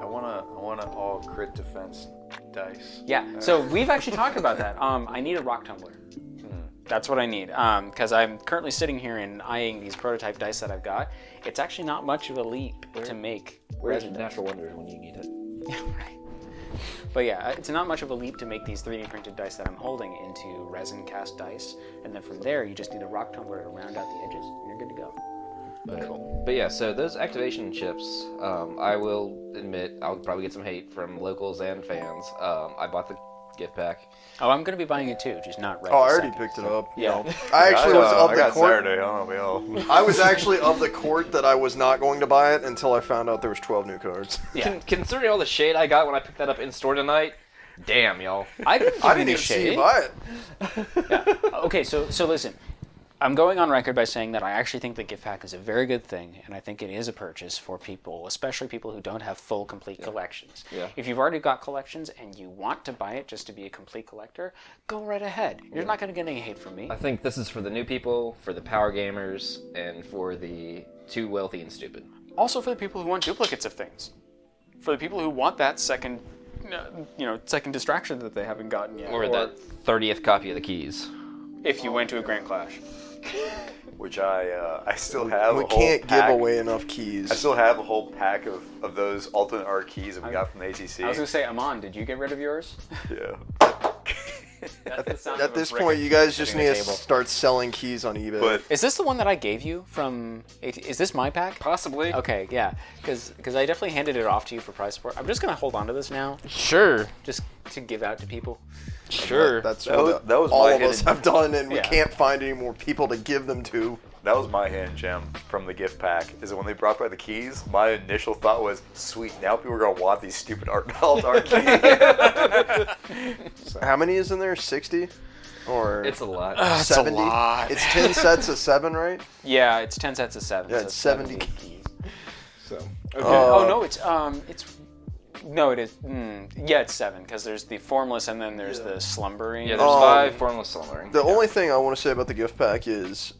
Speaker 2: I wanna, I wanna all crit defense dice.
Speaker 1: Yeah. So we've actually talked about that. Um, I need a rock tumbler.
Speaker 3: Hmm.
Speaker 1: That's what I need. Um, because I'm currently sitting here and eyeing these prototype dice that I've got. It's actually not much of a leap to make.
Speaker 4: Where's Natural Wonders when you need it?
Speaker 1: Yeah, right. But yeah, uh, it's not much of a leap to make these 3D printed dice that I'm holding into resin cast dice, and then from there you just need a rock tumbler to round out the edges, and you're good to go.
Speaker 4: But, but yeah, so those activation chips, um, I will admit, I'll probably get some hate from locals and fans. Um, I bought the gift pack.
Speaker 1: Oh, I'm gonna be buying it too, just not right.
Speaker 3: Oh, I
Speaker 1: this
Speaker 3: already
Speaker 1: second.
Speaker 3: picked it up. you
Speaker 1: Yeah.
Speaker 3: know. I actually
Speaker 2: I,
Speaker 3: was
Speaker 2: uh,
Speaker 3: of
Speaker 2: I
Speaker 3: the
Speaker 2: got
Speaker 3: court.
Speaker 2: Saturday. I don't know about y'all.
Speaker 3: I was actually of the court that I was not going to buy it until I found out there was 12 new cards.
Speaker 1: Yeah,
Speaker 4: Con- considering all the shade I got when I picked that up in store tonight, damn y'all.
Speaker 1: I didn't, give you
Speaker 3: I didn't
Speaker 1: any
Speaker 3: even see
Speaker 1: shade.
Speaker 3: you buy it.
Speaker 1: okay, so so listen, I'm going on record by saying that I actually think the gift pack is a very good thing, and I think it is a purchase for people, especially people who don't have full complete collections.
Speaker 4: Yeah.
Speaker 1: If you've already got collections and you want to buy it just to be a complete collector, go right ahead. You're not going to get any hate from me.
Speaker 4: I think this is for the new people, for the power gamers, and for the too wealthy and stupid.
Speaker 1: Also for the people who want duplicates of things, for the people who want that second, you know, second distraction that they haven't gotten yet,
Speaker 4: Or, that thirtieth copy of the keys.
Speaker 1: if you went to a Grand Clash.
Speaker 2: Which I uh, I still have.
Speaker 3: We
Speaker 2: a whole
Speaker 3: can't give
Speaker 2: pack.
Speaker 3: away enough
Speaker 2: I
Speaker 3: keys.
Speaker 2: still have a whole pack of, of those alternate art keys that we got from the ACC.
Speaker 1: I was going to say, Amon, did you get rid of yours?
Speaker 2: yeah.
Speaker 1: That's the sound
Speaker 3: At
Speaker 1: of a
Speaker 3: this
Speaker 1: brick
Speaker 3: point, you guys just
Speaker 1: hitting
Speaker 3: need
Speaker 1: the
Speaker 3: to
Speaker 1: table.
Speaker 3: start selling keys on eBay.
Speaker 2: But
Speaker 1: Is this the one that I gave you from? Is this my pack?
Speaker 4: Possibly.
Speaker 1: Okay, yeah, because I definitely handed it off to you for price support. I'm just gonna hold on to this now,
Speaker 4: Sure.
Speaker 1: just to give out to people.
Speaker 4: Sure.
Speaker 3: that's
Speaker 2: That
Speaker 3: what
Speaker 2: was-
Speaker 3: the-
Speaker 2: that was
Speaker 3: all
Speaker 2: my
Speaker 3: of us
Speaker 2: hidden-
Speaker 3: have done, and we
Speaker 1: Yeah.
Speaker 3: can't find any more people to give them to.
Speaker 2: that was my hidden gem from the gift pack. Is that when they brought by the keys, my initial thought was, sweet, now people are gonna want these stupid art alt art keys.
Speaker 3: How many is in there? 60? Or
Speaker 4: it's a lot.
Speaker 3: 70? It's 10 sets of 7, right?
Speaker 1: Yeah, it's ten sets of seven.
Speaker 3: Yeah,
Speaker 1: so
Speaker 3: it's Uh, 70
Speaker 1: keys.
Speaker 4: so.
Speaker 1: oh
Speaker 3: Uh,
Speaker 1: no, it's um, it's no, it is. Mm, yeah, it's seven because there's the formless and then there's the slumbering.
Speaker 4: Yeah, there's
Speaker 3: Oh.
Speaker 4: five formless slumbering.
Speaker 3: The only thing I want to say about the gift pack is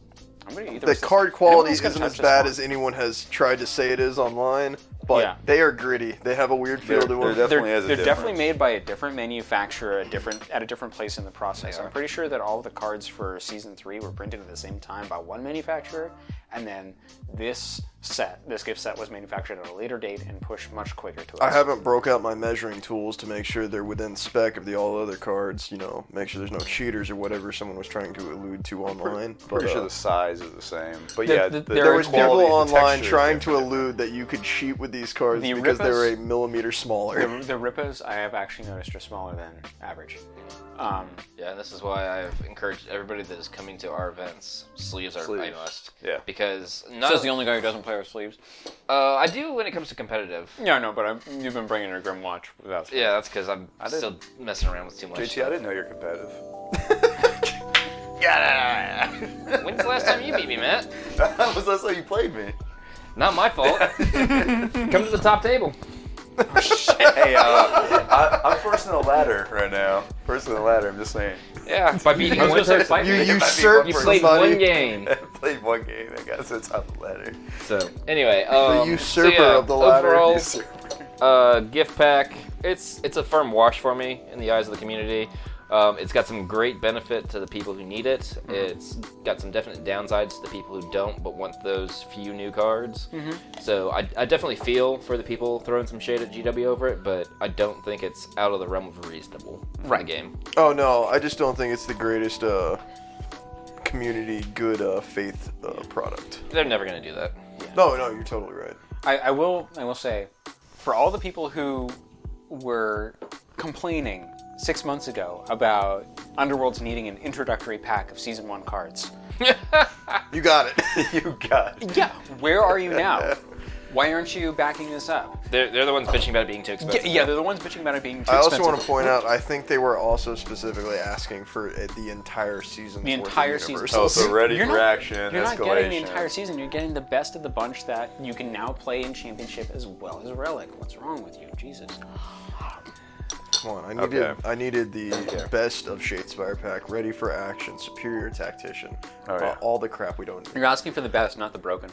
Speaker 1: I'm gonna eat
Speaker 3: the
Speaker 1: rest of
Speaker 3: card
Speaker 1: this.
Speaker 3: quality
Speaker 1: Everyone's gonna
Speaker 3: isn't
Speaker 1: touch
Speaker 3: as
Speaker 1: this
Speaker 3: bad
Speaker 1: one.
Speaker 3: as anyone has tried to say it is online, but
Speaker 1: Yeah.
Speaker 3: they are gritty. They have a weird feel
Speaker 2: They're-
Speaker 3: to
Speaker 2: they're def-
Speaker 3: them.
Speaker 1: They're,
Speaker 2: Definitely has a
Speaker 1: they're definitely
Speaker 2: difference.
Speaker 1: made by a different manufacturer, a different at a different place in the process. I'm pretty sure that all the cards for season three were printed at the same time by one manufacturer, and then this set, this gift set, was manufactured at a later date and pushed much quicker to us.
Speaker 3: I haven't broke out my measuring tools to make sure they're within spec of the all other cards. You know, make sure there's no cheaters or whatever someone was trying to allude to online.
Speaker 2: Pretty
Speaker 3: but,
Speaker 2: sure
Speaker 3: uh,
Speaker 2: the size is the same. But
Speaker 1: The-
Speaker 2: yeah,
Speaker 1: the-
Speaker 2: the-
Speaker 1: there
Speaker 3: there
Speaker 1: are
Speaker 3: was people
Speaker 2: quality, the
Speaker 3: online
Speaker 2: texture is
Speaker 3: trying to
Speaker 2: different.
Speaker 3: allude that you could cheat with these cards
Speaker 1: The
Speaker 3: because they were
Speaker 1: Rippos-
Speaker 3: a millimeter smaller.
Speaker 1: The, the Rippos I have actually noticed are smaller than average. Um,
Speaker 4: Yeah, and this is why I've encouraged everybody that is coming to our events. Sleeves are
Speaker 2: Sleeves.
Speaker 4: a must.
Speaker 2: Yeah.
Speaker 4: Because
Speaker 1: so
Speaker 4: not
Speaker 1: it's the only guy who doesn't play with sleeves.
Speaker 4: uh, I do when it comes to competitive.
Speaker 1: Yeah, no, but I'm, you've been bringing a grim watch without.
Speaker 4: Yeah, that's because I'm
Speaker 2: didn't-
Speaker 4: still messing around with too much.
Speaker 2: JT, I didn't know you're competitive.
Speaker 4: When's the last time you beat me, Matt?
Speaker 2: that was that's how you played me.
Speaker 4: Not my fault. Come to the top table.
Speaker 2: hey, uh, I, I'm first in the ladder right now. First in the ladder. I'm just saying.
Speaker 4: Yeah, by beating one person.
Speaker 3: You
Speaker 2: might be
Speaker 3: usurped
Speaker 2: one person.
Speaker 4: played
Speaker 3: somebody.
Speaker 4: one game.
Speaker 2: I played one game. I got to the top of the ladder.
Speaker 4: So anyway, um,
Speaker 3: usurper
Speaker 4: so yeah,
Speaker 3: of the ladder.
Speaker 4: Overall,
Speaker 2: Usurper.
Speaker 4: uh, gift pack. It's it's a firm wash for me in the eyes of the community. Um, it's got some great benefit to the people who need it.
Speaker 3: Mm-hmm.
Speaker 4: It's got some definite downsides to the people who don't, but want those few new cards.
Speaker 3: Mm-hmm.
Speaker 4: So I, I definitely feel for the people throwing some shade at GW over it, but I don't think it's out of the realm of reasonable for the
Speaker 1: Right.
Speaker 4: game.
Speaker 3: Oh no, I just don't think it's the greatest uh, community good uh, faith uh, product.
Speaker 4: They're never gonna do that.
Speaker 3: No, no, you're totally right.
Speaker 1: I, I will I will say, for all the people who were complaining six months ago about Underworlds needing an introductory pack of season one cards.
Speaker 3: You got it.
Speaker 2: you got.
Speaker 1: Yeah, where are you now? Why aren't you backing this up?
Speaker 4: They're, they're the ones bitching about it being too
Speaker 1: Yeah,
Speaker 4: expensive.
Speaker 1: yeah, they're the ones bitching about it being too
Speaker 3: I also
Speaker 1: expensive.
Speaker 3: want to point out, I think they were also specifically asking for uh, the entire season.
Speaker 1: the entire season.
Speaker 2: Oh, so ready
Speaker 1: You're
Speaker 2: for
Speaker 1: not-
Speaker 2: action,
Speaker 1: You're not getting the
Speaker 2: escalation.
Speaker 1: entire season. You're getting the best of the bunch that you can now play in championship as well as Relic. What's wrong with you, Jesus?
Speaker 3: Come on, I needed,
Speaker 2: Okay.
Speaker 3: I needed the best of Shadespire pack, ready for action, superior tactician,
Speaker 2: Oh,
Speaker 3: uh,
Speaker 2: yeah.
Speaker 3: all the crap we don't need.
Speaker 1: You're asking for the best, not the broken.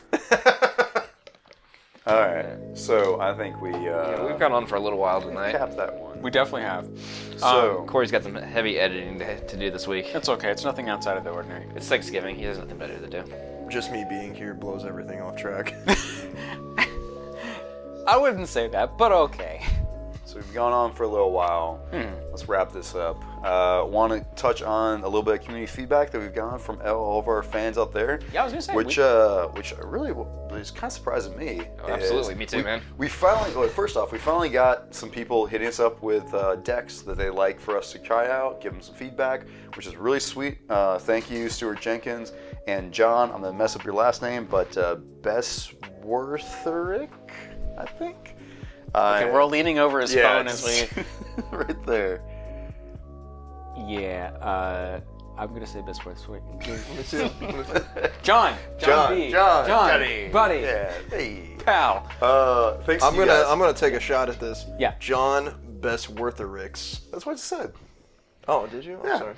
Speaker 2: All right. So I think we uh,
Speaker 4: We've gone on for a little while tonight.
Speaker 2: cap that one. Um,
Speaker 1: We definitely have.
Speaker 2: so
Speaker 4: Corey's got some heavy editing to, to do this week.
Speaker 1: It's okay. It's nothing outside of the ordinary.
Speaker 4: It's Thanksgiving. He has nothing better to do.
Speaker 3: Just me being here blows everything off track.
Speaker 1: I wouldn't say that, but okay. Hmm.
Speaker 2: so we've gone on for a little while. Let's wrap this up. Uh, Want to touch on a little bit of community feedback that we've gotten from all of our fans out there.
Speaker 1: Yeah, I was gonna say,
Speaker 2: Which,
Speaker 1: we-
Speaker 2: uh, which really w- is kind of surprising me.
Speaker 4: Oh, absolutely.
Speaker 2: is
Speaker 4: Me too,
Speaker 2: we-
Speaker 4: man.
Speaker 2: We finally, well, first off, we finally got some people hitting us up with uh, decks that they like for us to try out, give them some feedback, which is really sweet. Uh, thank you, Stuart Jenkins and John. I'm gonna mess up your last name, but uh, Beswortherick, I think. Uh,
Speaker 1: Okay, we're all leaning over his
Speaker 2: yeah,
Speaker 1: phone as
Speaker 2: it's-
Speaker 1: we.
Speaker 2: right there.
Speaker 1: Yeah, uh, I'm gonna say best words. Wait,
Speaker 3: Me too.
Speaker 1: John, John,
Speaker 2: John,
Speaker 1: B,
Speaker 2: John,
Speaker 1: John,
Speaker 2: Johnny.
Speaker 1: buddy,
Speaker 2: Yeah. Hey.
Speaker 1: pal.
Speaker 2: Uh, thanks.
Speaker 3: I'm
Speaker 2: to you
Speaker 3: gonna
Speaker 2: guys.
Speaker 3: I'm gonna take a shot at this.
Speaker 1: Yeah.
Speaker 3: John Bestwortherix.
Speaker 2: That's what I said.
Speaker 3: Oh, did you? I'm
Speaker 2: Yeah.
Speaker 3: sorry.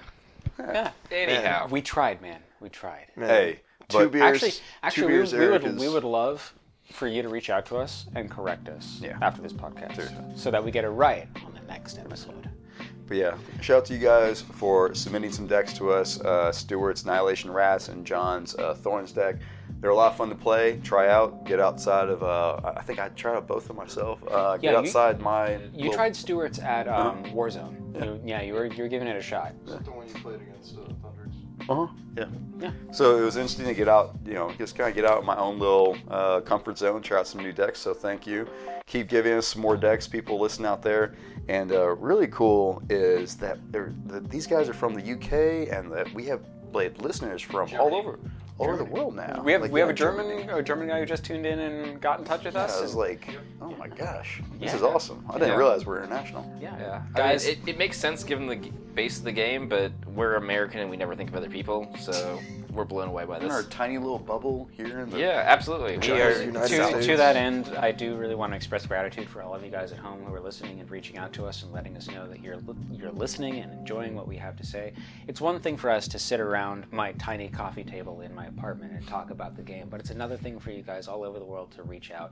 Speaker 1: Yeah.
Speaker 4: Anyhow,
Speaker 1: We tried, man. We tried.
Speaker 3: Man,
Speaker 2: Hey,
Speaker 3: two
Speaker 2: but-
Speaker 3: beers.
Speaker 1: Actually,
Speaker 3: two
Speaker 1: actually, we,
Speaker 3: beers.
Speaker 1: we would
Speaker 3: Eric is-
Speaker 1: we would love for you to reach out to us and correct us
Speaker 2: Yeah.
Speaker 1: after this podcast,
Speaker 2: Seriously.
Speaker 1: so that we get it right on the next episode.
Speaker 2: But yeah, shout out to you guys for submitting some decks to us. Uh, Stewart's Annihilation Rats and John's uh, Thorns deck. They're a lot of fun to play, try out, get outside of. Uh, I- I think I tried out both of myself. Uh, get
Speaker 1: Yeah, you-
Speaker 2: outside my.
Speaker 1: You tried Stewart's at um, Warzone. Yeah. You, yeah, you were you were giving it a shot.
Speaker 3: the one you played against uh, Thunders.
Speaker 2: Uh huh. Yeah.
Speaker 1: Yeah.
Speaker 2: So it was interesting to get out, you know, just kind of get out of my own little uh, comfort zone, try out some new decks. So thank you. Keep giving us some more decks, people listen out there. And uh, really cool is that they're, that these guys are from the UK and that we have played listeners from all over all over the world now.
Speaker 1: We have
Speaker 2: Like,
Speaker 1: we have
Speaker 2: yeah,
Speaker 1: a German a German guy who just tuned in and got in touch with
Speaker 2: Yeah,
Speaker 1: us.
Speaker 2: I was
Speaker 1: and-
Speaker 2: like, oh my gosh, this
Speaker 1: Yeah.
Speaker 2: is awesome. I didn't
Speaker 4: Yeah.
Speaker 2: realize we're international.
Speaker 1: yeah,
Speaker 4: yeah.
Speaker 1: guys.
Speaker 4: I mean, it, it makes sense given the g- base of the game, but we're American and we never think of other people, so we're blown away by
Speaker 2: In our
Speaker 4: this.
Speaker 2: tiny little bubble here in the
Speaker 4: Yeah, absolutely. We
Speaker 2: Giant
Speaker 4: are.
Speaker 3: United
Speaker 1: to,
Speaker 3: States.
Speaker 1: to that end, I do really want to express gratitude for all of you guys at home who are listening and reaching out to us and letting us know that you're li- you're listening and enjoying what we have to say. It's one thing for us to sit around my tiny coffee table in my apartment and talk about the game, but it's another thing for you guys all over the world to reach out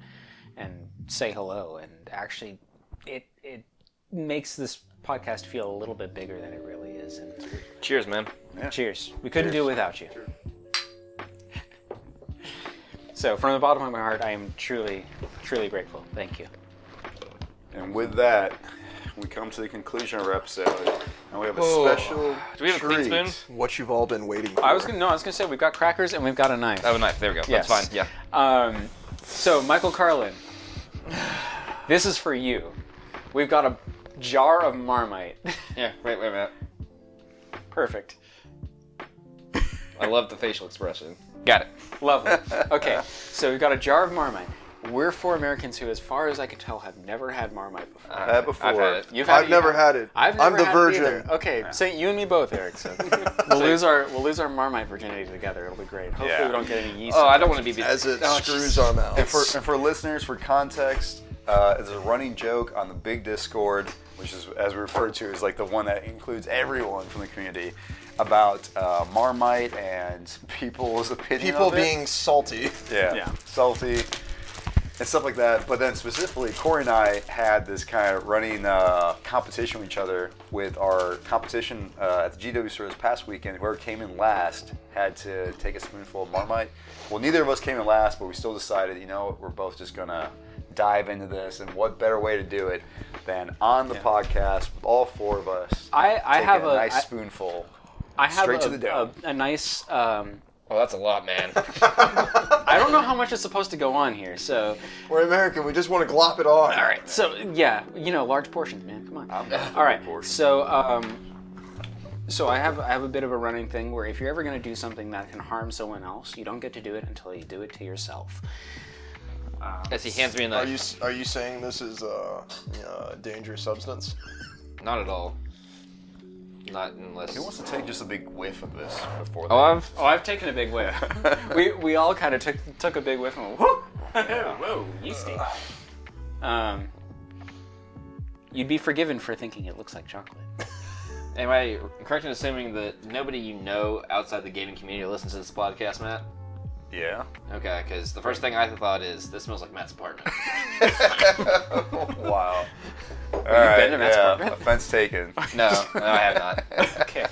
Speaker 1: and say hello. And actually, it it makes this podcast feel a little bit bigger than it really is. And
Speaker 4: Cheers, man.
Speaker 1: Cheers. We couldn't do it without you. So, from the bottom of my heart, I am truly, truly grateful. Thank you.
Speaker 2: And with that, we come to the conclusion of our episode, and we have a
Speaker 4: Whoa.
Speaker 2: special.
Speaker 4: Do we have a clean
Speaker 2: treat.
Speaker 4: spoon?
Speaker 3: What you've all been waiting for.
Speaker 1: I was gonna no, I was gonna say we've got crackers and we've got a knife.
Speaker 4: Oh, a knife. There we go.
Speaker 1: Yes.
Speaker 4: That's fine. Yeah.
Speaker 1: Um, so Michael Carlin, this is for you. We've got a jar of Marmite.
Speaker 4: Yeah. Wait, wait a minute.
Speaker 1: Perfect.
Speaker 4: I love the facial expression. Got it.
Speaker 1: Lovely. Okay, so we've got a jar of Marmite. We're four Americans who, as far as I can tell, have never had Marmite before.
Speaker 2: I had before.
Speaker 4: I've had it.
Speaker 1: You've
Speaker 3: I've never had it.
Speaker 1: I've
Speaker 3: I'm
Speaker 1: never
Speaker 3: the
Speaker 1: had it
Speaker 3: virgin.
Speaker 1: either. Okay, so you and me both, Eric. So we'll lose our we'll lose our Marmite virginity together. It'll be great. Hopefully,
Speaker 2: Yeah.
Speaker 1: we don't get any yeast.
Speaker 4: Oh, I don't want to be.
Speaker 3: As it
Speaker 4: oh,
Speaker 3: screws our
Speaker 2: And
Speaker 3: mouth.
Speaker 2: for, and for listeners, for context, uh, it's a running joke on the big Discord, which is as we refer to as like the one that includes everyone from the community, about uh, Marmite and people's opinion.
Speaker 3: People
Speaker 2: of it.
Speaker 3: being salty.
Speaker 2: yeah,
Speaker 1: Yeah.
Speaker 2: salty and stuff like that. But then specifically, Corey and I had this kind of running uh, competition with each other with our competition uh, at the GW store this past weekend. Whoever came in last had to take a spoonful of Marmite. Well, neither of us came in last, but we still decided, you know, what, we're both just gonna dive into this, and what better way to do it than on the podcast with all four of us?
Speaker 1: I- I
Speaker 2: taking
Speaker 1: have
Speaker 2: a,
Speaker 1: a-
Speaker 2: nice
Speaker 1: I-
Speaker 2: spoonful.
Speaker 1: I have
Speaker 2: straight
Speaker 1: a,
Speaker 2: to the dough.
Speaker 1: A, a nice. Um,
Speaker 4: Oh, that's a lot, man.
Speaker 1: I don't know how much is supposed to go on here. So,
Speaker 3: We're American. We just want to glop it on.
Speaker 1: all right. So yeah, you know, large portions, man. Come on.
Speaker 2: I'm not
Speaker 1: All right.
Speaker 2: bored.
Speaker 1: So, um, so I have I have a bit of a running thing where if you're ever going to do something that can harm someone else, you don't get to do it until you do it to yourself.
Speaker 4: As he hands me a
Speaker 3: Are
Speaker 4: knife.
Speaker 3: you are you saying this is a uh, dangerous substance?
Speaker 4: Not at all. Not unless.
Speaker 2: Who wants to take just a big whiff of this before?
Speaker 4: Oh, I've
Speaker 1: Oh, I've taken a big whiff. we we all kind of took took a big whiff and went, whoa, whoa, yeasty. Um, you'd be forgiven for thinking it looks like chocolate.
Speaker 4: Am I correct in assuming that nobody you know outside the gaming community listens to this podcast, Matt?
Speaker 2: Yeah.
Speaker 4: Okay, because the first thing I thought is this smells like Matt's apartment.
Speaker 2: wow. All right,
Speaker 1: been to Matt's
Speaker 2: yeah,
Speaker 1: apartment?
Speaker 2: offense taken.
Speaker 4: no, no, I have not.
Speaker 1: Okay.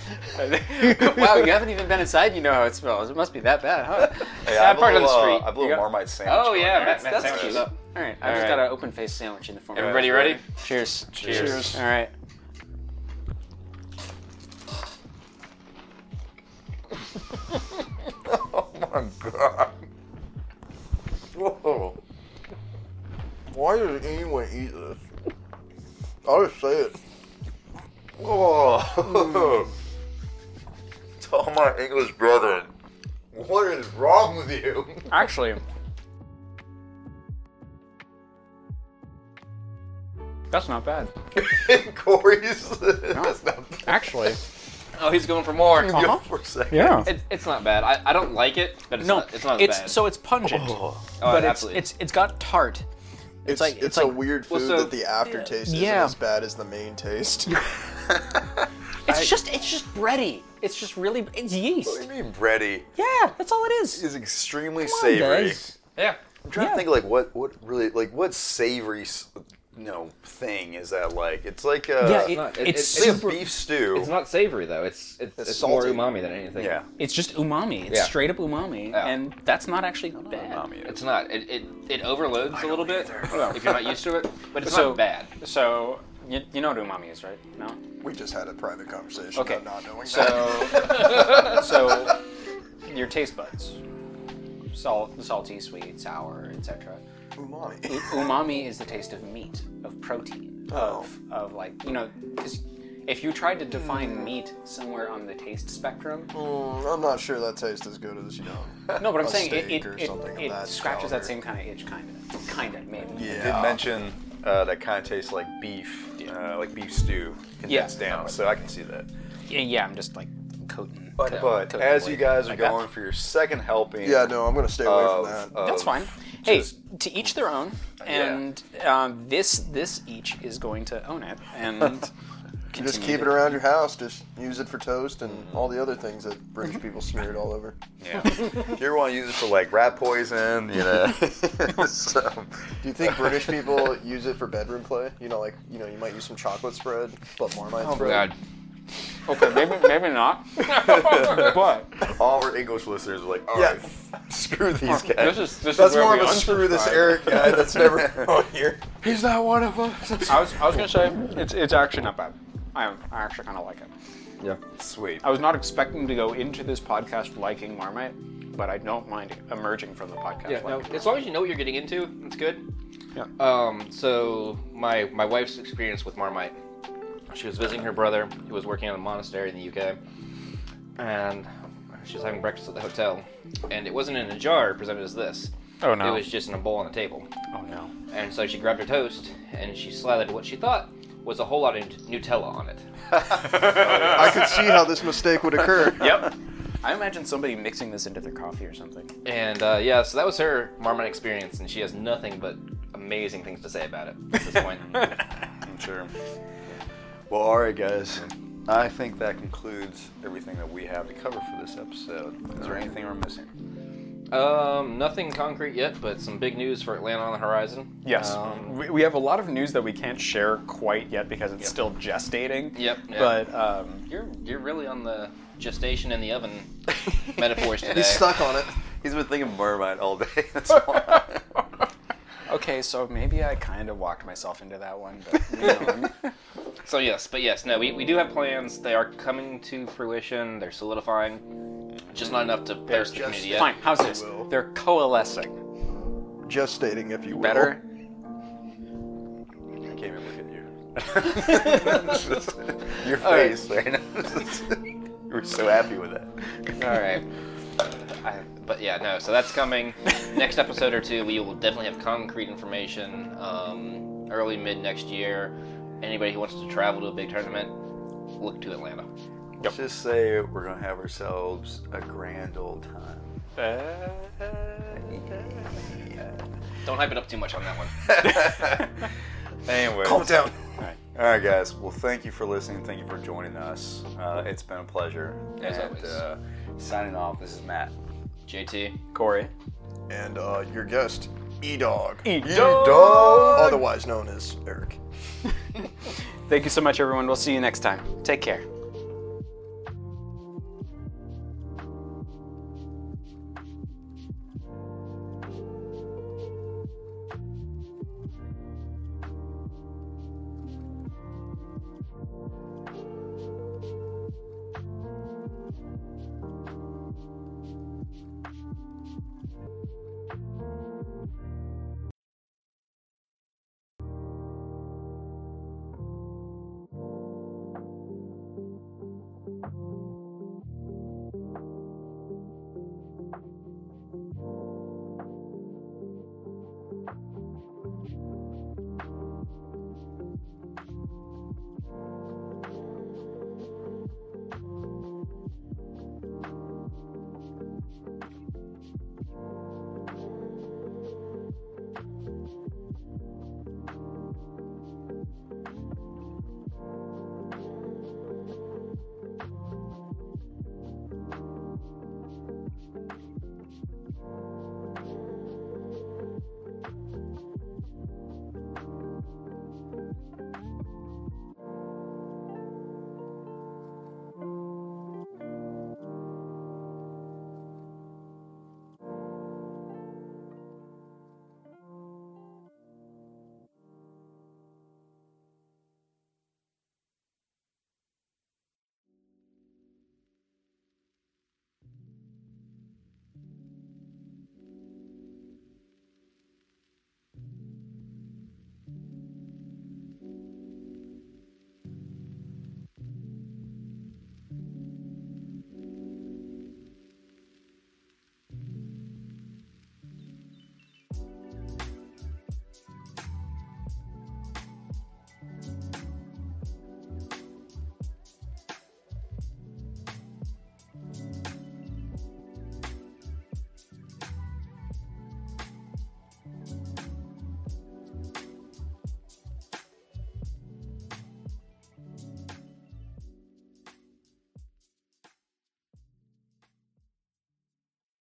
Speaker 1: wow, you haven't even been inside. You know how it smells. It must be that bad, huh?
Speaker 2: Hey, I have a
Speaker 4: parked on
Speaker 2: little, uh,
Speaker 4: the street.
Speaker 2: I have a little
Speaker 1: You got-
Speaker 2: Marmite sandwich.
Speaker 4: Oh
Speaker 2: going
Speaker 4: yeah,
Speaker 2: on.
Speaker 4: Matt, Matt
Speaker 1: that's
Speaker 4: sandwich
Speaker 1: cute.
Speaker 4: is up.
Speaker 1: All right, I just
Speaker 4: right.
Speaker 1: got an open face sandwich in the form. of-
Speaker 4: Everybody ready?
Speaker 1: Cheers.
Speaker 2: Cheers.
Speaker 1: All right.
Speaker 2: Oh, my god. Whoa.
Speaker 3: Why does anyone eat this? I'll just say it.
Speaker 1: Hmm.
Speaker 2: Whoa. Tell my English brethren, what is wrong with you?
Speaker 1: Actually, that's not bad.
Speaker 2: Corey's. That's not bad.
Speaker 1: Actually,
Speaker 4: Oh, he's going for more.
Speaker 1: Uh-huh.
Speaker 2: Yo, for a second.
Speaker 1: yeah.
Speaker 4: It, it's not bad. I, I don't like it, but it's
Speaker 1: no,
Speaker 4: not, it's not
Speaker 1: it's
Speaker 4: bad.
Speaker 1: so it's pungent,
Speaker 2: Oh.
Speaker 4: Oh,
Speaker 1: but it's,
Speaker 4: absolutely.
Speaker 1: it's it's got tart.
Speaker 3: It's,
Speaker 1: like-
Speaker 3: it's,
Speaker 1: it's
Speaker 3: a
Speaker 1: like-
Speaker 3: weird
Speaker 4: well,
Speaker 3: food
Speaker 4: so-
Speaker 3: that the aftertaste isn't
Speaker 1: Yeah.
Speaker 3: as bad as the main taste.
Speaker 1: It's just it's just bready. It's just really it's
Speaker 4: Oh,
Speaker 2: What
Speaker 1: yeast.
Speaker 2: do you mean, Brady?
Speaker 1: Yeah, that's all it is.
Speaker 2: Is extremely
Speaker 1: on,
Speaker 2: savory.
Speaker 1: guys.
Speaker 4: yeah.
Speaker 2: I'm trying
Speaker 1: Yeah.
Speaker 2: to think like what what really like what savory s- you know thing is that like? It's like uh,
Speaker 1: yeah, it-
Speaker 4: not- it-
Speaker 1: it's
Speaker 4: it-
Speaker 2: like a
Speaker 1: super.
Speaker 2: beef stew.
Speaker 4: It's not savory though. It's it's, it's, more
Speaker 3: salty.
Speaker 4: umami than anything.
Speaker 2: yeah,
Speaker 1: It's just umami. It's
Speaker 4: Yeah.
Speaker 1: straight up umami,
Speaker 4: Yeah.
Speaker 1: and that's not actually bad.
Speaker 2: umami.
Speaker 4: It's not. It it, it overloads a little bit if you're not used to it, but it's
Speaker 1: So-
Speaker 4: not bad.
Speaker 1: So you, you know what umami is, right? No.
Speaker 3: we just had a private conversation
Speaker 1: Okay.
Speaker 3: about not knowing that.
Speaker 1: So so your taste buds, salt, salty, sweet, sour, etc.
Speaker 3: Umami.
Speaker 1: umami is the taste of meat, of protein, of,
Speaker 3: Oh.
Speaker 1: of like, you know, 'cause if you tried to define meat somewhere on the taste spectrum,
Speaker 3: Mm, I'm not sure that tastes as good as you know.
Speaker 1: no, but I'm
Speaker 3: A
Speaker 1: saying it, it,
Speaker 3: steak or
Speaker 1: it,
Speaker 3: something of
Speaker 1: it
Speaker 3: that
Speaker 1: scratches that
Speaker 3: caliber.
Speaker 1: same kind of itch, kind of. Kind of, maybe.
Speaker 2: I did mention uh, that kind of tastes like beef, uh, like beef stew condensed down. So I can see that.
Speaker 1: Yeah, yeah, I'm just like coating.
Speaker 2: But,
Speaker 1: coat-
Speaker 2: but
Speaker 1: coating
Speaker 2: as
Speaker 1: wood
Speaker 2: you guys are
Speaker 1: like that.
Speaker 2: going for your second helping,
Speaker 3: Yeah, no, I'm gonna stay away
Speaker 2: of-
Speaker 3: from that.
Speaker 2: of
Speaker 1: That's fine. Hey,
Speaker 2: just-
Speaker 1: to each their own, and um, this this each is going to own it, and
Speaker 3: Just
Speaker 1: continue
Speaker 3: keep
Speaker 1: to-
Speaker 3: it around your house. Just use it for toast and all the other things that British people smear it all over.
Speaker 2: Yeah. you want to use it for like rat poison, you know. so,
Speaker 3: Do you think British people use it for bedroom play? You know, like you know, you might use some chocolate spread, but Marmite spread.
Speaker 1: Okay, maybe maybe not, but
Speaker 2: all of our English listeners are like, all
Speaker 3: Yeah.
Speaker 2: right, f- screw these guys.
Speaker 4: This is this
Speaker 3: That's
Speaker 4: is where
Speaker 3: more
Speaker 4: we
Speaker 3: of a
Speaker 4: unsubscribe.
Speaker 3: screw this Eric guy that's never on here.
Speaker 2: He's not one of us.
Speaker 1: I was, I was gonna say it's, it's actually not bad. I, am, I actually kind of like it.
Speaker 4: Yeah.
Speaker 2: Sweet.
Speaker 1: I was not expecting to go into this podcast liking Marmite, but I don't mind emerging from the podcast.
Speaker 4: Yeah. No,
Speaker 1: liking
Speaker 4: as long as you know what you're getting into, it's good.
Speaker 1: Yeah.
Speaker 4: Um. So my my wife's experience with Marmite. She was visiting her brother, who was working at a monastery in the UK, and she was having breakfast at the hotel, and it wasn't in a jar presented as this.
Speaker 1: Oh, no.
Speaker 4: It was just in a bowl on the table.
Speaker 1: oh no.
Speaker 4: And so she grabbed her toast and she slathered what she thought was a whole lot of Nutella on it.
Speaker 3: I could see how this mistake would occur.
Speaker 1: Yep. I imagine somebody mixing this into their coffee or something.
Speaker 4: And uh, yeah, so that was her Marmite experience, and she has nothing but amazing things to say about it at this point.
Speaker 2: I'm sure. Well, all right, guys. I think that concludes everything that we have to cover for this episode. Is there anything we're missing?
Speaker 4: um, nothing concrete yet, but some big news for Atlanta on the horizon.
Speaker 1: Yes,
Speaker 4: Um,
Speaker 1: we, we have a lot of news that we can't share quite yet because it's still gestating.
Speaker 4: Yep, yeah.
Speaker 1: But um,
Speaker 4: you're you're really on the gestation in the oven metaphors today.
Speaker 3: He's stuck on it.
Speaker 2: He's been thinking mermaid all day. That's why.
Speaker 1: okay, so maybe I kind of walked myself into that one. But, you know,
Speaker 4: So yes, but yes, no, we, we do have plans. They are coming to fruition. They're solidifying. Just not enough to pierce the
Speaker 3: just
Speaker 4: community yet.
Speaker 1: fine. How's this? They're coalescing.
Speaker 3: Just stating, if you will.
Speaker 1: Better.
Speaker 2: I can't even look at you. Your face right now. you were so happy with that.
Speaker 4: All right. I, but yeah, no. So that's coming. next episode or two, we will definitely have concrete information. Um, early mid next year. Anybody who wants to travel to a big tournament, look to Atlanta.
Speaker 2: Let's just say we're gonna have ourselves a grand old time.
Speaker 4: Don't hype it up too much on that one.
Speaker 2: Anyway.
Speaker 3: Calm down.
Speaker 2: All right. All right, guys. Well, thank you for listening. Thank you for joining us. Uh, it's been a pleasure.
Speaker 4: As
Speaker 2: and
Speaker 4: always.
Speaker 2: Uh, signing off. This is Matt.
Speaker 4: JT.
Speaker 1: Corey.
Speaker 3: And uh, your guest, E Dog. E
Speaker 2: Dog.
Speaker 3: Otherwise known as Eric.
Speaker 1: Thank you so much, everyone. We'll see you next time. Take care.